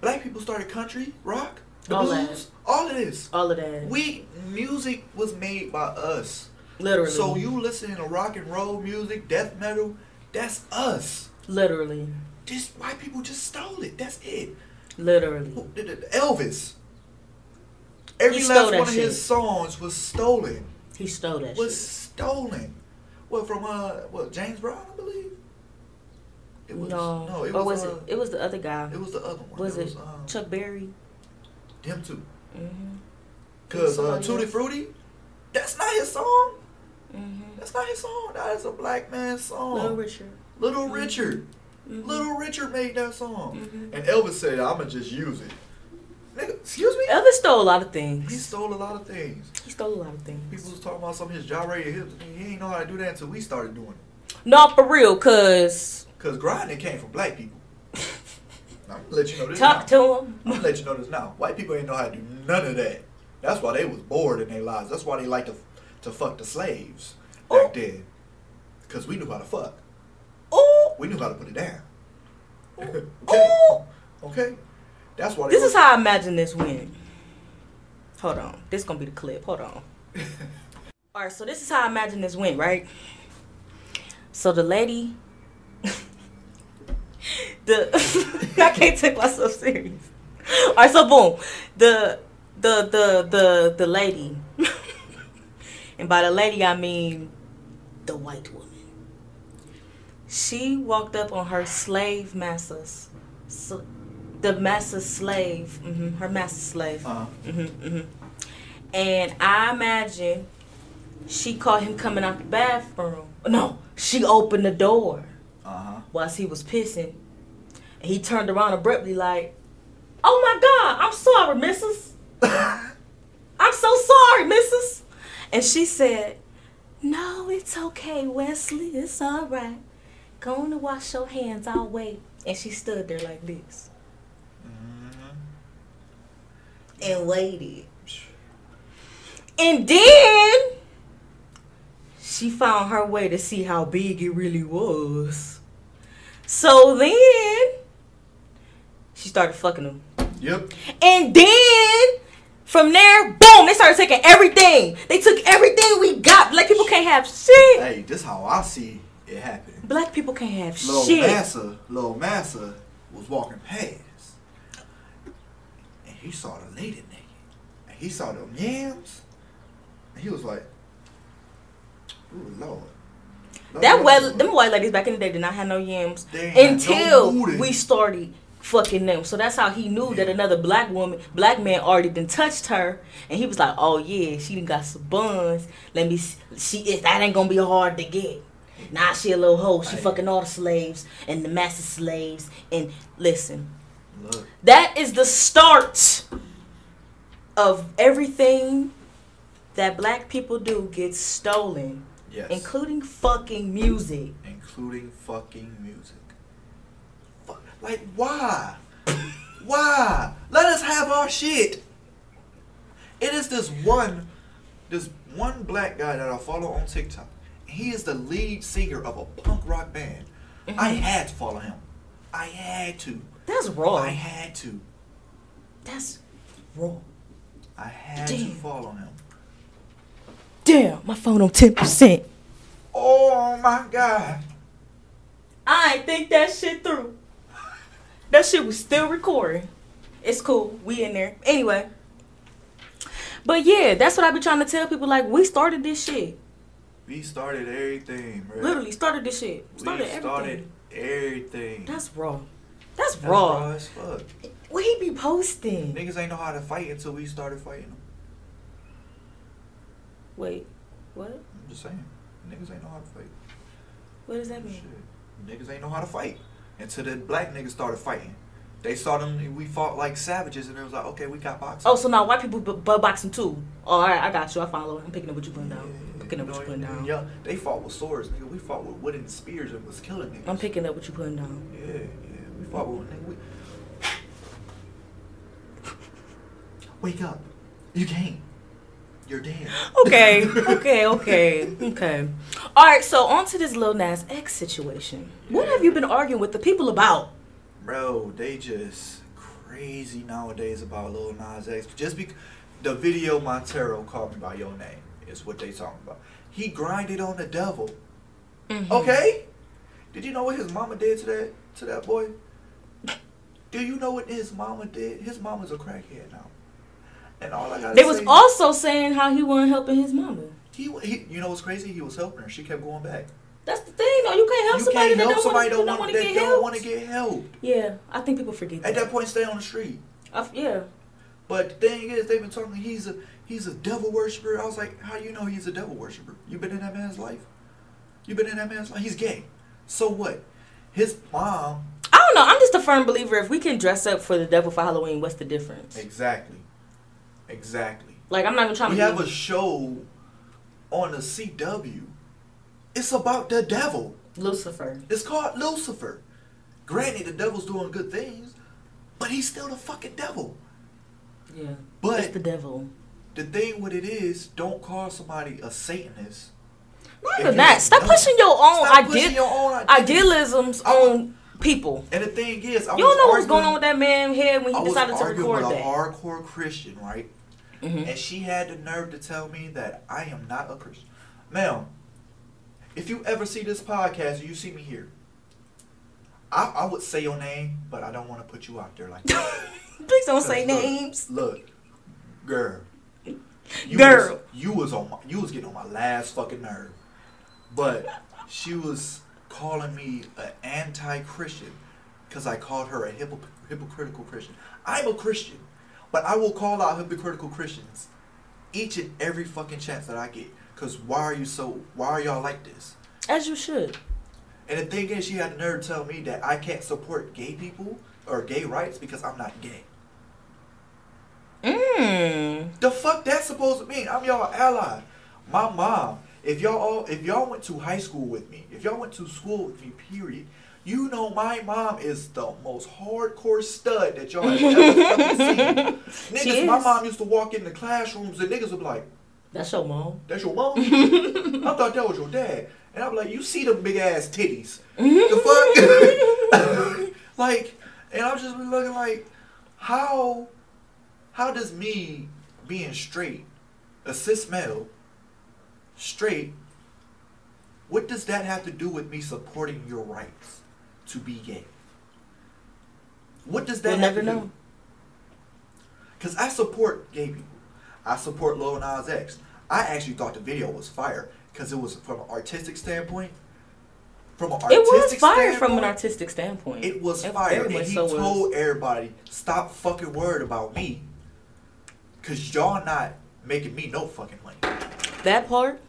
Black people started country, rock, the All that. blues, all of this. all of that We music was made by us. literally So you listening to rock and roll music, death metal, that's us. literally Just white people just stole it. That's it. literally Who- the- the- Elvis. Every stole last that one of shit. his songs was stolen. he stole that Was stolen. What from uh what James Brown I believe. shit no, no it or was, was uh, it it was the other guy It was the other one. Was it it was Mm-hmm. um, chuck berry them two. hmm Cause uh, Somebody Tutti else. Frutti, that's not his song. hmm That's not his song. That is a black man's song. little richard Little Mhm. Richard. Mhm. Little Richard made that song. Mhm. And Elvis said, I'ma just use it. Nigga, excuse me? elvis stole a lot of He things stole a lot of things. he stole a lot of things People was talking about some of his gyrated hips. He ain't know how to do that until we started doing it. no for real because Cause grinding came from black people. I'm gonna let you know this Talk now. to I'm him. gonna let you know this now. White people ain't know how to do none of that. That's why they was bored in their lives. That's why they like to to fuck the slaves Oh. back then. Cause we knew how to fuck. Ooh, We knew how to put it down. okay. ooh. Okay. That's why they Oh. This was- is how I imagine this went. Hold on. This gonna be the clip. Hold on. All right. So this is how I imagine this went, right? So the lady, the I can't take myself serious. All right. So boom, the the the the the lady, and by the lady I mean the white woman. She walked up on her slave masters, so, the master slave, hmm her master slave. Uh-huh. hmm hmm And I imagine she caught him coming out the bathroom. No, she opened the door Uh-huh. whilst he was pissing. And he turned around abruptly, like, Oh my God, I'm sorry, missus. Uh-huh. I'm so sorry, missus. And she said, No, it's okay, Wesley. It's all right. Go on and wash your hands. I'll wait. And she stood there like this Mhm. and waited. And then she found her way to see how big it really was. So then she started fucking him. Yep. And then from there, boom, they started taking everything. They took everything we got. Black people can't have shit. Hey, this how I see it happen. Black people can't have Little shit. Massa, little Massa was walking past, and he saw the lady naked, and he saw them yams, and he was like, "Ooh, Lord." Lord, That white, Lord." them white ladies back in the day did not have no yams They ain't had no until booty. we started fucking them. So that's how he knew that Yeah. another black woman, black man already done touched her, and he was like, "Oh yeah, she done got some buns. Let me, s- she if that ain't gonna be hard to get." Nah, she a little hoe. She Hey. fucking all the slaves and the master slaves. And listen, Look, That is the start of everything that black people do gets stolen, Yes. including fucking music. including fucking music. Fuck, like why? why? Let us have our shit. It is this one, this one black guy that I follow on TikTok. He is the lead singer of a punk rock band. I Mhm. had to follow him. I had to. That's wrong. I had to. That's wrong. I had to Damn. follow him. Damn, my phone on ten percent. Oh my god. I ain't think that shit through. That shit was still recording. It's cool. We in there. Anyway. But yeah, that's what I be trying to tell people. Like, we started this shit. We started everything, bro. Literally started this shit. Started we everything. started everything. That's raw. That's That's raw. as fuck. What he be posting? Niggas ain't know how to fight until we started fighting them. Wait, what? I'm just saying. Niggas ain't know how to fight. What does that mean? Shit. Niggas ain't know how to fight until the black niggas started fighting. They saw them, we fought like savages, and it was like, okay, we got boxing. Oh, so now white people bu- butt boxing too. Oh, all right, I got you. I follow. I'm picking up what you putting down. Yeah, Picking up what you know, putting down. Yeah, they fought with swords, nigga. We fought with wooden spears and was killing niggas. I'm picking up what you putting down. Yeah, yeah, we fought with nigga. We... Wake up. You can't. You're dead. Okay, okay, okay, okay. All right, so on to this Lil Nas X situation. What have you been arguing with the people about? Bro, they just crazy nowadays about Lil Nas X. Just because the video Montero called me by your name is what they talking about. He grinded on the devil. Mm-hmm. Okay? Did you know what his mama did to that to that boy? Do you know what his mama did? His mama's a crackhead now. And all I gotta They was say- also saying how he wasn't helping his mama. he, he you know what's crazy? He was helping her. She kept going back. That's the thing, though. You can't help you somebody can't that help don't somebody that want want- to get that don't help. want to get helped. Yeah, I think people forget that. At that point, stay on the street. I- yeah, But the thing is, they've been talking. He's a he's a devil worshiper. I was like, how do you know he's a devil worshiper? you been in that man's life. you been in that man's life. He's gay. So what? His mom. I don't know. I'm just a firm believer. If we can dress up for the devil for Halloween, what's the difference? Exactly. Exactly. Like, I'm not even trying We to. have be- a show on the CW. It's about the devil. Lucifer. It's called Lucifer. Granted, the devil's doing good things, but he's still the fucking devil. Yeah. But- it's the devil. The thing what it is, don't call somebody a Satanist. Not If even you that. don't Stop know- pushing your own Stop ide- pushing your own ideas. idealisms I was- on people. And the thing is, I You was don't know what was arguing- going on with that man head when I he was decided to arguing record with a that. hardcore Christian, right? Mhm. And she had the nerve to tell me that I am not a Christian. Ma'am, if you ever see this podcast, you see me here. I, I would say your name, but I don't want to put you out there like that. Please don't say Because look, names. Look, girl. You Girl. was- you was on my, you was getting on my last fucking nerve. But she was calling me an anti-Christian because I called her a hypo, hypocritical Christian. I'm a Christian, but I will call out hypocritical Christians each and every fucking chance that I get. Cause why are you so? Why are y'all like this? As you should. And the thing is, she had the nerve to tell me that I can't support gay people or gay rights because I'm not gay. Mmm. The fuck that's supposed to mean? I'm y'all ally. My mom. If y'all all, if y'all went to high school with me, if y'all went to school with me, period, you know my mom is the most hardcore stud that y'all have ever fucking seen. Niggas, She my is. mom used to walk in the classrooms and niggas would be like, That's your mom. that's your mom? I thought that was your dad. And I'm like, you see them big ass titties. the fuck? like, and I'm just looking like, how how does me being straight, a cis male, straight, what does that have to do with me supporting your rights to be gay? What does that We'll have never to do? know. Because I support gay people. I support Lil Nas X. I actually thought the video was fire because it was from an artistic standpoint. From an It was artistic fire from an standpoint, artistic standpoint. It was It fire. very And much he so was. told everybody, stop fucking worried about me. Because y'all not making me no fucking money. That part.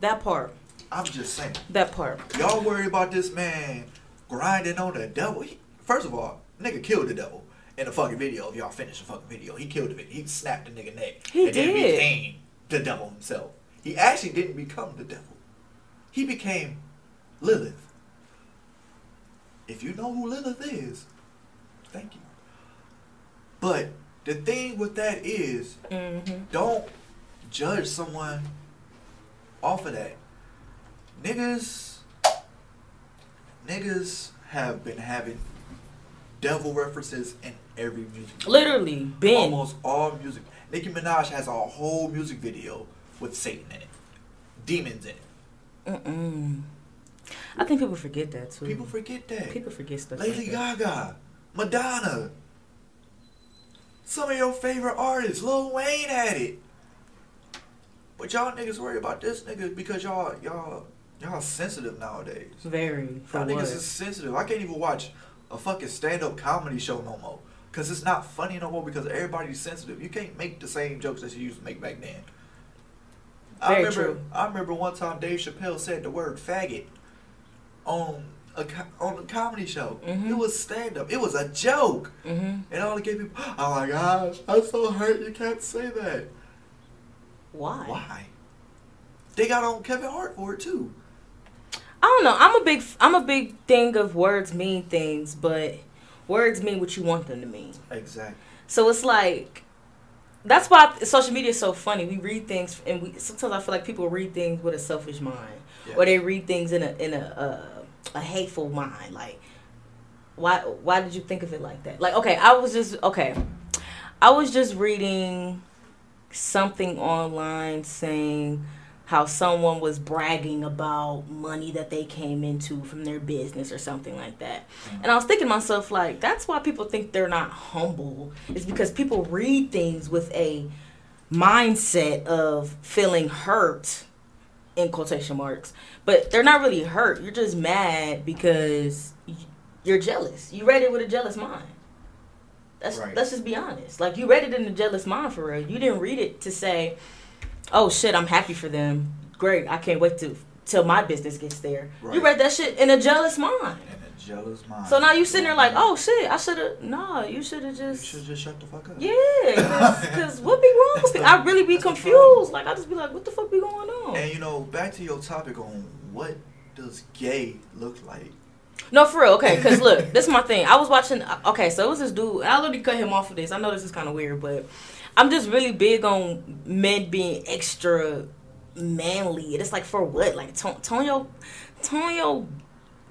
That part. I'm just saying. That part. Y'all worry about this man grinding on the devil. He, first of all, nigga killed the devil in the fucking video. If y'all finish the fucking video, he killed the He snapped the nigga neck. He and Then did. became the devil himself. He actually didn't become the devil. He became Lilith. If you know who Lilith is, thank you. But the thing with that is, Mm-hmm. don't judge someone off of that. Niggas, niggas have been having devil references in every music. video. Literally, been. Almost all music. Nicki Minaj has a whole music video with Satan in it, demons in it. Mm-mm. I think people forget that too. People forget that. People forget stuff. Lady like that. Gaga, Madonna, some of your favorite artists, Lil Wayne had it. But y'all niggas worry about this nigga because y'all y'all y'all sensitive nowadays. Very. For Y'all what? niggas is sensitive. I can't even watch a fucking stand up comedy show no more. Cause it's not funny no more because everybody's sensitive. You can't make the same jokes that you used to make back then. I Very remember true. I remember one time Dave Chappelle said the word faggot on a co- on a comedy show. Mhm. It was stand up. It was a joke. mm-hmm. And all the gay people Oh my gosh, I'm so hurt you can't say that. Why? Why? They got on Kevin Hart for it too. I don't know. I'm a big. I'm a big thing of words mean things, but words mean what you want them to mean. Exactly. So it's like that's why social media is so funny. We read things, and we sometimes I feel like people read things with a selfish mind, or they read things in a in a a, a hateful mind. Like, why why did you think of it like that? Like, okay, I was just okay. I was just reading something online saying how someone was bragging about money that they came into from their business or something like that. And I was thinking to myself, like, that's why people think they're not humble. It's because people read things with a mindset of feeling hurt, in quotation marks, but they're not really hurt. You're just mad because y- you're jealous. You read it with a jealous mind. That's, Right. Let's just be honest. Like, you read it in a jealous mind for real. You didn't read it to say, oh shit, I'm happy for them. Great, I can't wait to till my business gets there. Right. You read that shit in a jealous mind. And a jealous mind. So now you sitting there like, oh shit, I should have. Nah, you should have You just. should just shut the fuck up. Yeah, because what be wrong with That's me? the- I really be that's the confused. Like I just be like, what the fuck be going on? And you know, back to your topic on what does gay look like? No, for real. Okay, because look, this is my thing. I was watching. Okay, so it was this dude. and I literally cut him off for this. I know this is kind of weird, but I'm just really big on men being extra manly. And it's like for what? Like tone, tone your, tone your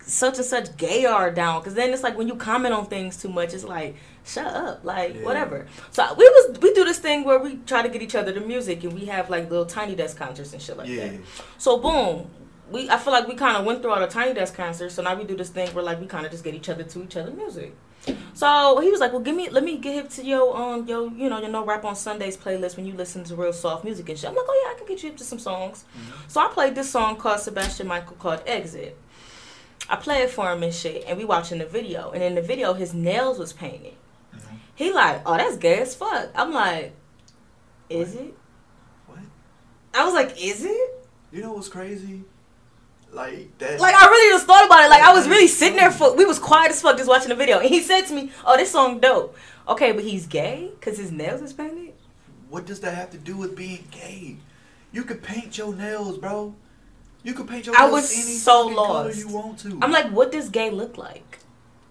such and such gayard down. Because then it's like when you comment on things too much, it's like shut up, like Yeah. whatever. So we was we do this thing where we try to get each other the music, and we have like little tiny desk concerts and shit like that. yeah. So boom, we I feel like we kind of went through all the Tiny Desk concerts. So now we do this thing where like we kind of just get each other to each other music. So he was like, "Well, give me, let me get hip to your um your you know your no rap on Sundays playlist when you listen to real soft music and shit." I'm like, "Oh yeah, I can get you up to some songs." So I played this song called Sebastian Michael called Exit. I played it for him and shit, and we watching the video. And in the video, his nails was painted. Mhm. He like, "Oh, that's gay as fuck." I'm like, "Is it?" What? I was like, "Is it?" You know what's crazy? Like that. Like I really just thought about it. Like I was really sitting there for we was quiet as fuck just watching the video, and he said to me, "Oh, this song dope." Okay, but he's gay because his nails is painted. what does that have to do with being gay? You could paint your nails, bro. You could paint your I nails was any so fucking color lost. you want to. I'm like, what does gay look like?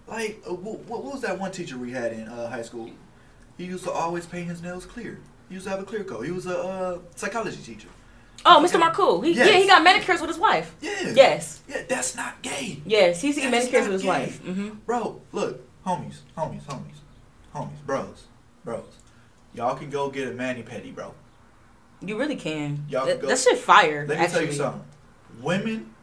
like uh, what, what was that one teacher we had in uh, high school? He used to always paint his nails clear. He used to have a clear coat. He was a uh, psychology teacher. Oh, Mr. Marcoux. He, Yeah, he Yes. got manicures with his wife. Yeah. Yes, Yeah, that's not gay. yes, he's getting That's manicures not with his gay. wife. hmm Bro, look, homies, homies, homies, homies, bros, bros. Y'all can go get a mani pedi, bro. You really can. Y'all that, can go- that shit fire. Let me actually. tell you something. Women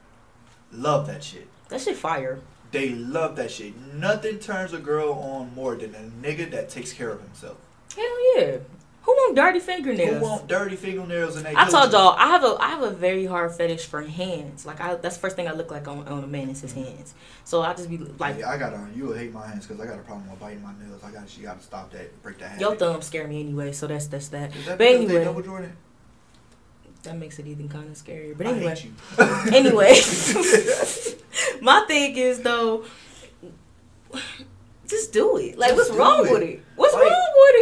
love that shit. That shit fire. They love that shit. Nothing turns a girl on more than a nigga that takes care of himself. Hell yeah. Who want dirty fingernails? Who want dirty fingernails in their I told coochie? y'all I have a I have a very hard fetish for hands. Like I that's the first thing I look like on, on a man is his hands. So I just be like yeah, I got on. You will hate my hands because I got a problem with biting my nails. I got. She got to stop that. Break that habit. Your thumbs scare me anyway, so that's that's that. Is that But because they anyway. double jointed? That makes it even kind of scarier. But I anyway, hate you. anyway, my thing is though, just do it. Like, Just what's do wrong it. with it? What's Like- wrong with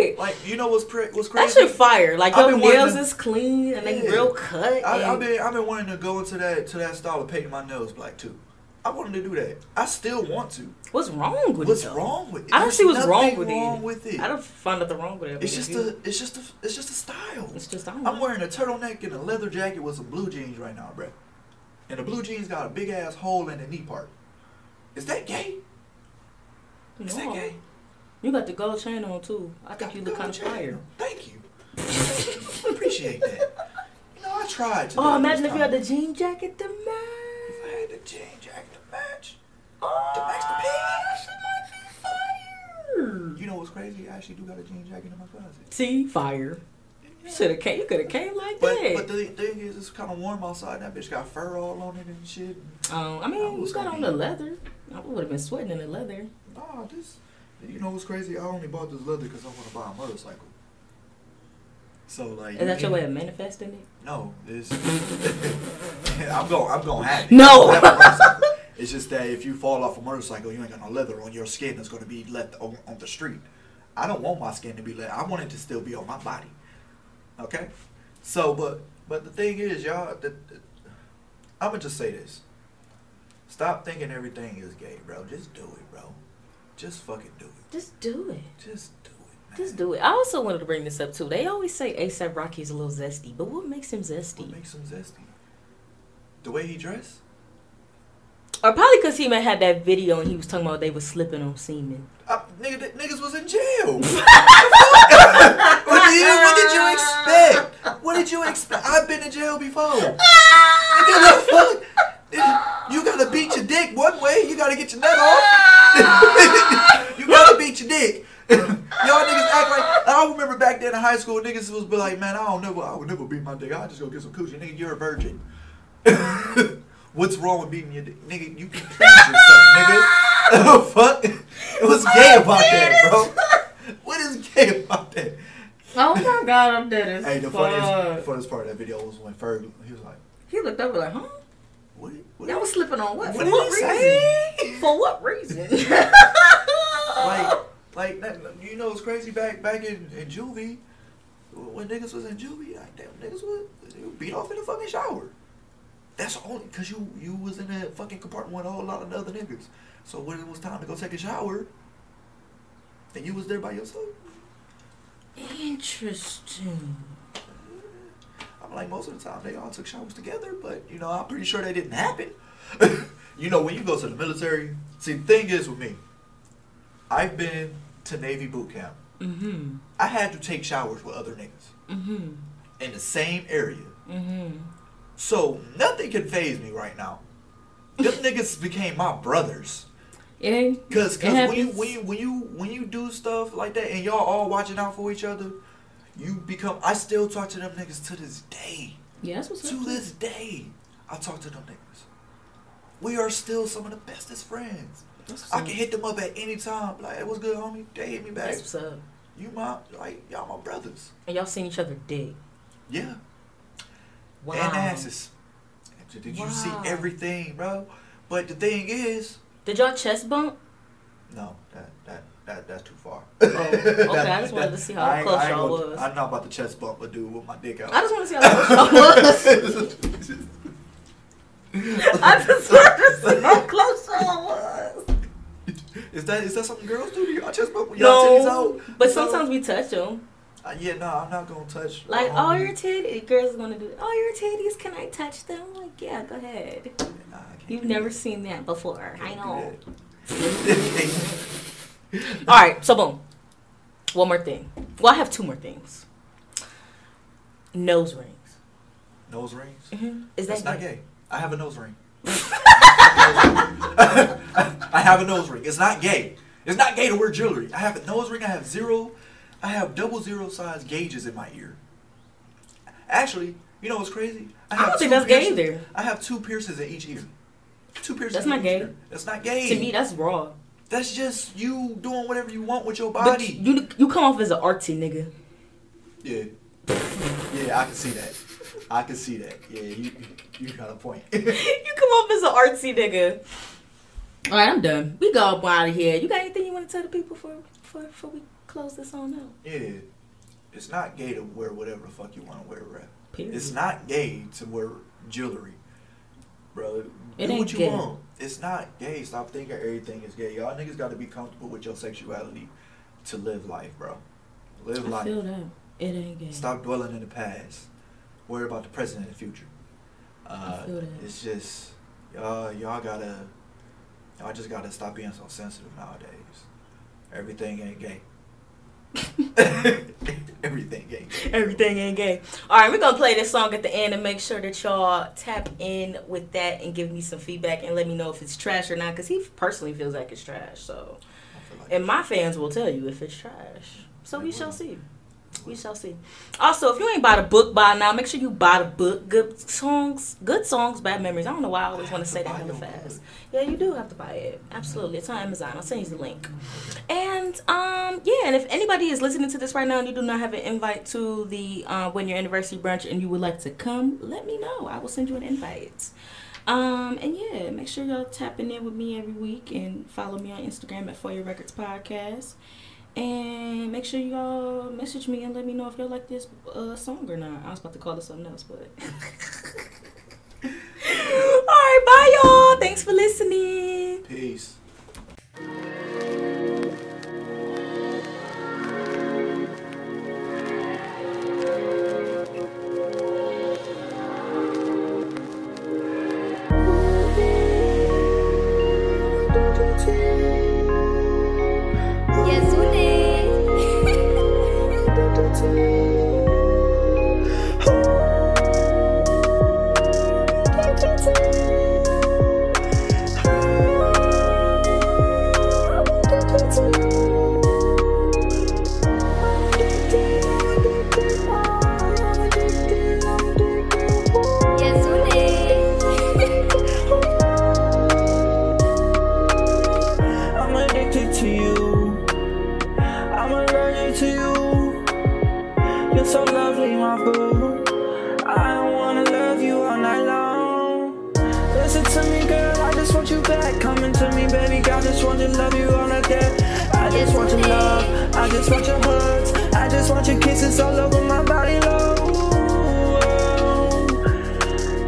it? Like you know what's pre- what's That crazy? shit fire. Like I've your been wanting nails to- is clean and they Yeah. real cut. I, I've and- been I've been wanting to go into that to that style of painting my nails black too. I wanted to do that. I still want to. what's wrong with What's it? though? wrong with it? I don't see There's what's wrong nothing with wrong it. with it. I don't find nothing wrong with it. It's just a it's just a it's just a style. It's just I don't I'm know. wearing a turtleneck and a leather jacket with some blue jeans right now, bruh. And the blue jeans got a big ass hole in the knee part. Is that gay? Is that No. gay? You got the gold chain on too. I think you look Double kind of check. fire. Thank you. Appreciate that. You know, I tried. To Oh, do it imagine this if you had the time. jean jacket to If match. I had the jean jacket to match. Oh, To match the pants. that shit might be fire. You know what's crazy? I actually do got a jean jacket in my closet. See, fire. You should have came. You could have came like But that. but the thing is, it's kind of warm outside. and That bitch got fur all on it and shit. um, I I mean, was you got gonna on be- the leather. I would have been sweating in the leather. Nah, this. You know what's crazy? I only bought this leather because I want to buy a motorcycle. So like. Is that your way of manifesting it? No, it's. I'm going. I'm going to have it. No. I have a motorcycle. it's just that if you fall off a motorcycle, you ain't got no leather on your skin that's going to be left on, on the street. I don't want my skin to be left. I want it to still be on my body. Okay. So, but but the thing is, y'all. The, the, I'm gonna just say this. Stop thinking everything is gay, bro. Just do it, bro. Just fucking do it. Just do it. Just do it. Man. Just do it. I also wanted to bring this up too. They always say ASAP Rocky is a little zesty, but what makes him What zesty? makes him zesty? The way he dressed. Or probably because he may had that video and he was talking about they was slipping on semen. I, Uh, nigga, th- niggas was in jail. what, the fuck? What did you- what did you expect? What did you expect? I've been in jail before. nigga, the fuck? Nigga, You gotta beat your dick one way. You gotta get your nut off. you gotta beat your dick. Y'all niggas act like I remember back then in high school. Niggas was be like, man, I don't never, I would never beat my dick. I just go get some coochie. Nigga, you're a virgin. What's wrong with beating your dick? Nigga, you can please yourself, nigga. Fuck. What's gay about that, bro? What is gay about that? Oh my god, I'm dead as Hey, the funniest, the funniest part of that video was when Ferg, he was like, He looked over like, huh? what? what That was slipping on what? What For did what he reason? say? For what reason? like, like that, you know, it's crazy back back in, in juvie when niggas was in juvie. Like, damn, niggas was they would beat off in the fucking shower. That's only because you you was in a fucking compartment with a whole lot of other niggas. So when it was time to go take a shower, and you was there by yourself, Interesting. I'm like most of the time they all took showers together. But you know, I'm pretty sure that didn't happen. you know, when you go to the military, see, the thing is with me, I've been to Navy boot camp. Mm-hmm. I had to take showers with other niggas. Mm-hmm. in the same area. Mm-hmm. So nothing can phase me right now. Them niggas became my brothers. Yeah. Cause, It cause when you happens. when you, when you when you do stuff like that and y'all all watching out for each other, you become. I still talk to them niggas to this day. Yeah, that's what's To up. this day, I talk to them niggas. We are still some of the bestest friends. That's what's I up. can hit them up at any time. Like, "Hey, what's good, homie? They hit me back. That's what's up. You my like y'all my brothers. And y'all seen each other dick. Yeah. Wow. and asses. Did you see Wow. everything, bro? But the thing is, Did y'all chest bump? no, that that, that that's too far. Oh, okay, I just wanted to see how I ain't- close I ain't y'all gonna- was. I'm not about to chest bump a dude with my dick out. I just want to see how close y'all was. I just wanted to see how close y'all was. is that is that something girls do to you? I chest bump when y'all No, titties out. but So- sometimes we touch them. Uh, yeah, no, I'm not gonna touch. Like, um, oh, your titties. Girls want to do it. Oh, your titties. Can I touch them? Like, yeah, go ahead. nah, I can't You've do never that. seen that before. I Can't do know. that. All right, so boom. One more thing. Well, I have two more things. Nose rings. nose rings. Is That's that not gay? gay. I have a nose ring. I have a nose ring. It's not gay. It's not gay to wear jewelry. I have a nose ring. I have zero. I have double zero size gauges in my ear. Actually, you know what's crazy? I don't think that's gay piercings- either. I have two piercings in each ear. Two piercings. That's in not each gay. ear. That's not gay. To me, that's raw. that's just you doing whatever you want with your But body. you you come off as an artsy nigga. Yeah. Yeah, I can see that. I can see that. Yeah, you you got a point. you come off as an artsy nigga. All right, I'm done. We go up out of here. You got anything you want to tell the people for for for we Close this on out. Yeah. It's not gay to wear whatever the fuck you want to wear, bruh. Period. It's not gay to wear jewelry, bro. It do ain't what you gay. want. It's not gay. Stop thinking everything is gay. Y'all niggas got to be comfortable with your sexuality to live life, bro. Live I feel life. that. It ain't gay. Stop dwelling in the past. Worry about the present and the future. Uh, feel that. It's just y'all. Y'all gotta. Y'all just gotta stop being so sensitive nowadays. Everything ain't gay. Everything ain't gay. Everything ain't gay. All right, we're gonna play this song at the end and make sure that y'all tap in with that and give me some feedback and let me know if it's trash or not. Cause he personally feels like it's trash. So, I feel like and my fans will tell you if it's trash. So we They shall will. see. We shall see. Also, if you ain't bought a book by now, make sure you buy the book. Good songs, good songs, bad memories. I don't know why I always want to say that Buy hella your fast. book. Yeah, you do have to buy it. Absolutely. It's on Amazon. I'll send you the link. And um, yeah, and if anybody is listening to this right now and you do not have an invite to the uh, when your anniversary brunch and you would like to come, let me know. I will send you an invite. Um, and yeah, make sure y'all tapping in with me every week and follow me on Instagram at For Your Records Podcast. And make sure y'all message me and let me know if y'all like this uh, song or not. I was about to call it something else, but. All right, bye, y'all. Thanks for listening. Peace. I'm addicted to you. I'm allergic to you. You're so lovely, my boo. I wanna love you all night long. Listen to me, girl. I just want you back. Coming to me, baby. God, I just want to love you all like that. I just want your love. I just want your hugs. I just want your kisses all over my body, love.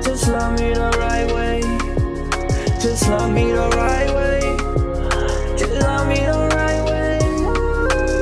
Just love me the right way. Just love me the right way. Just love me the right way.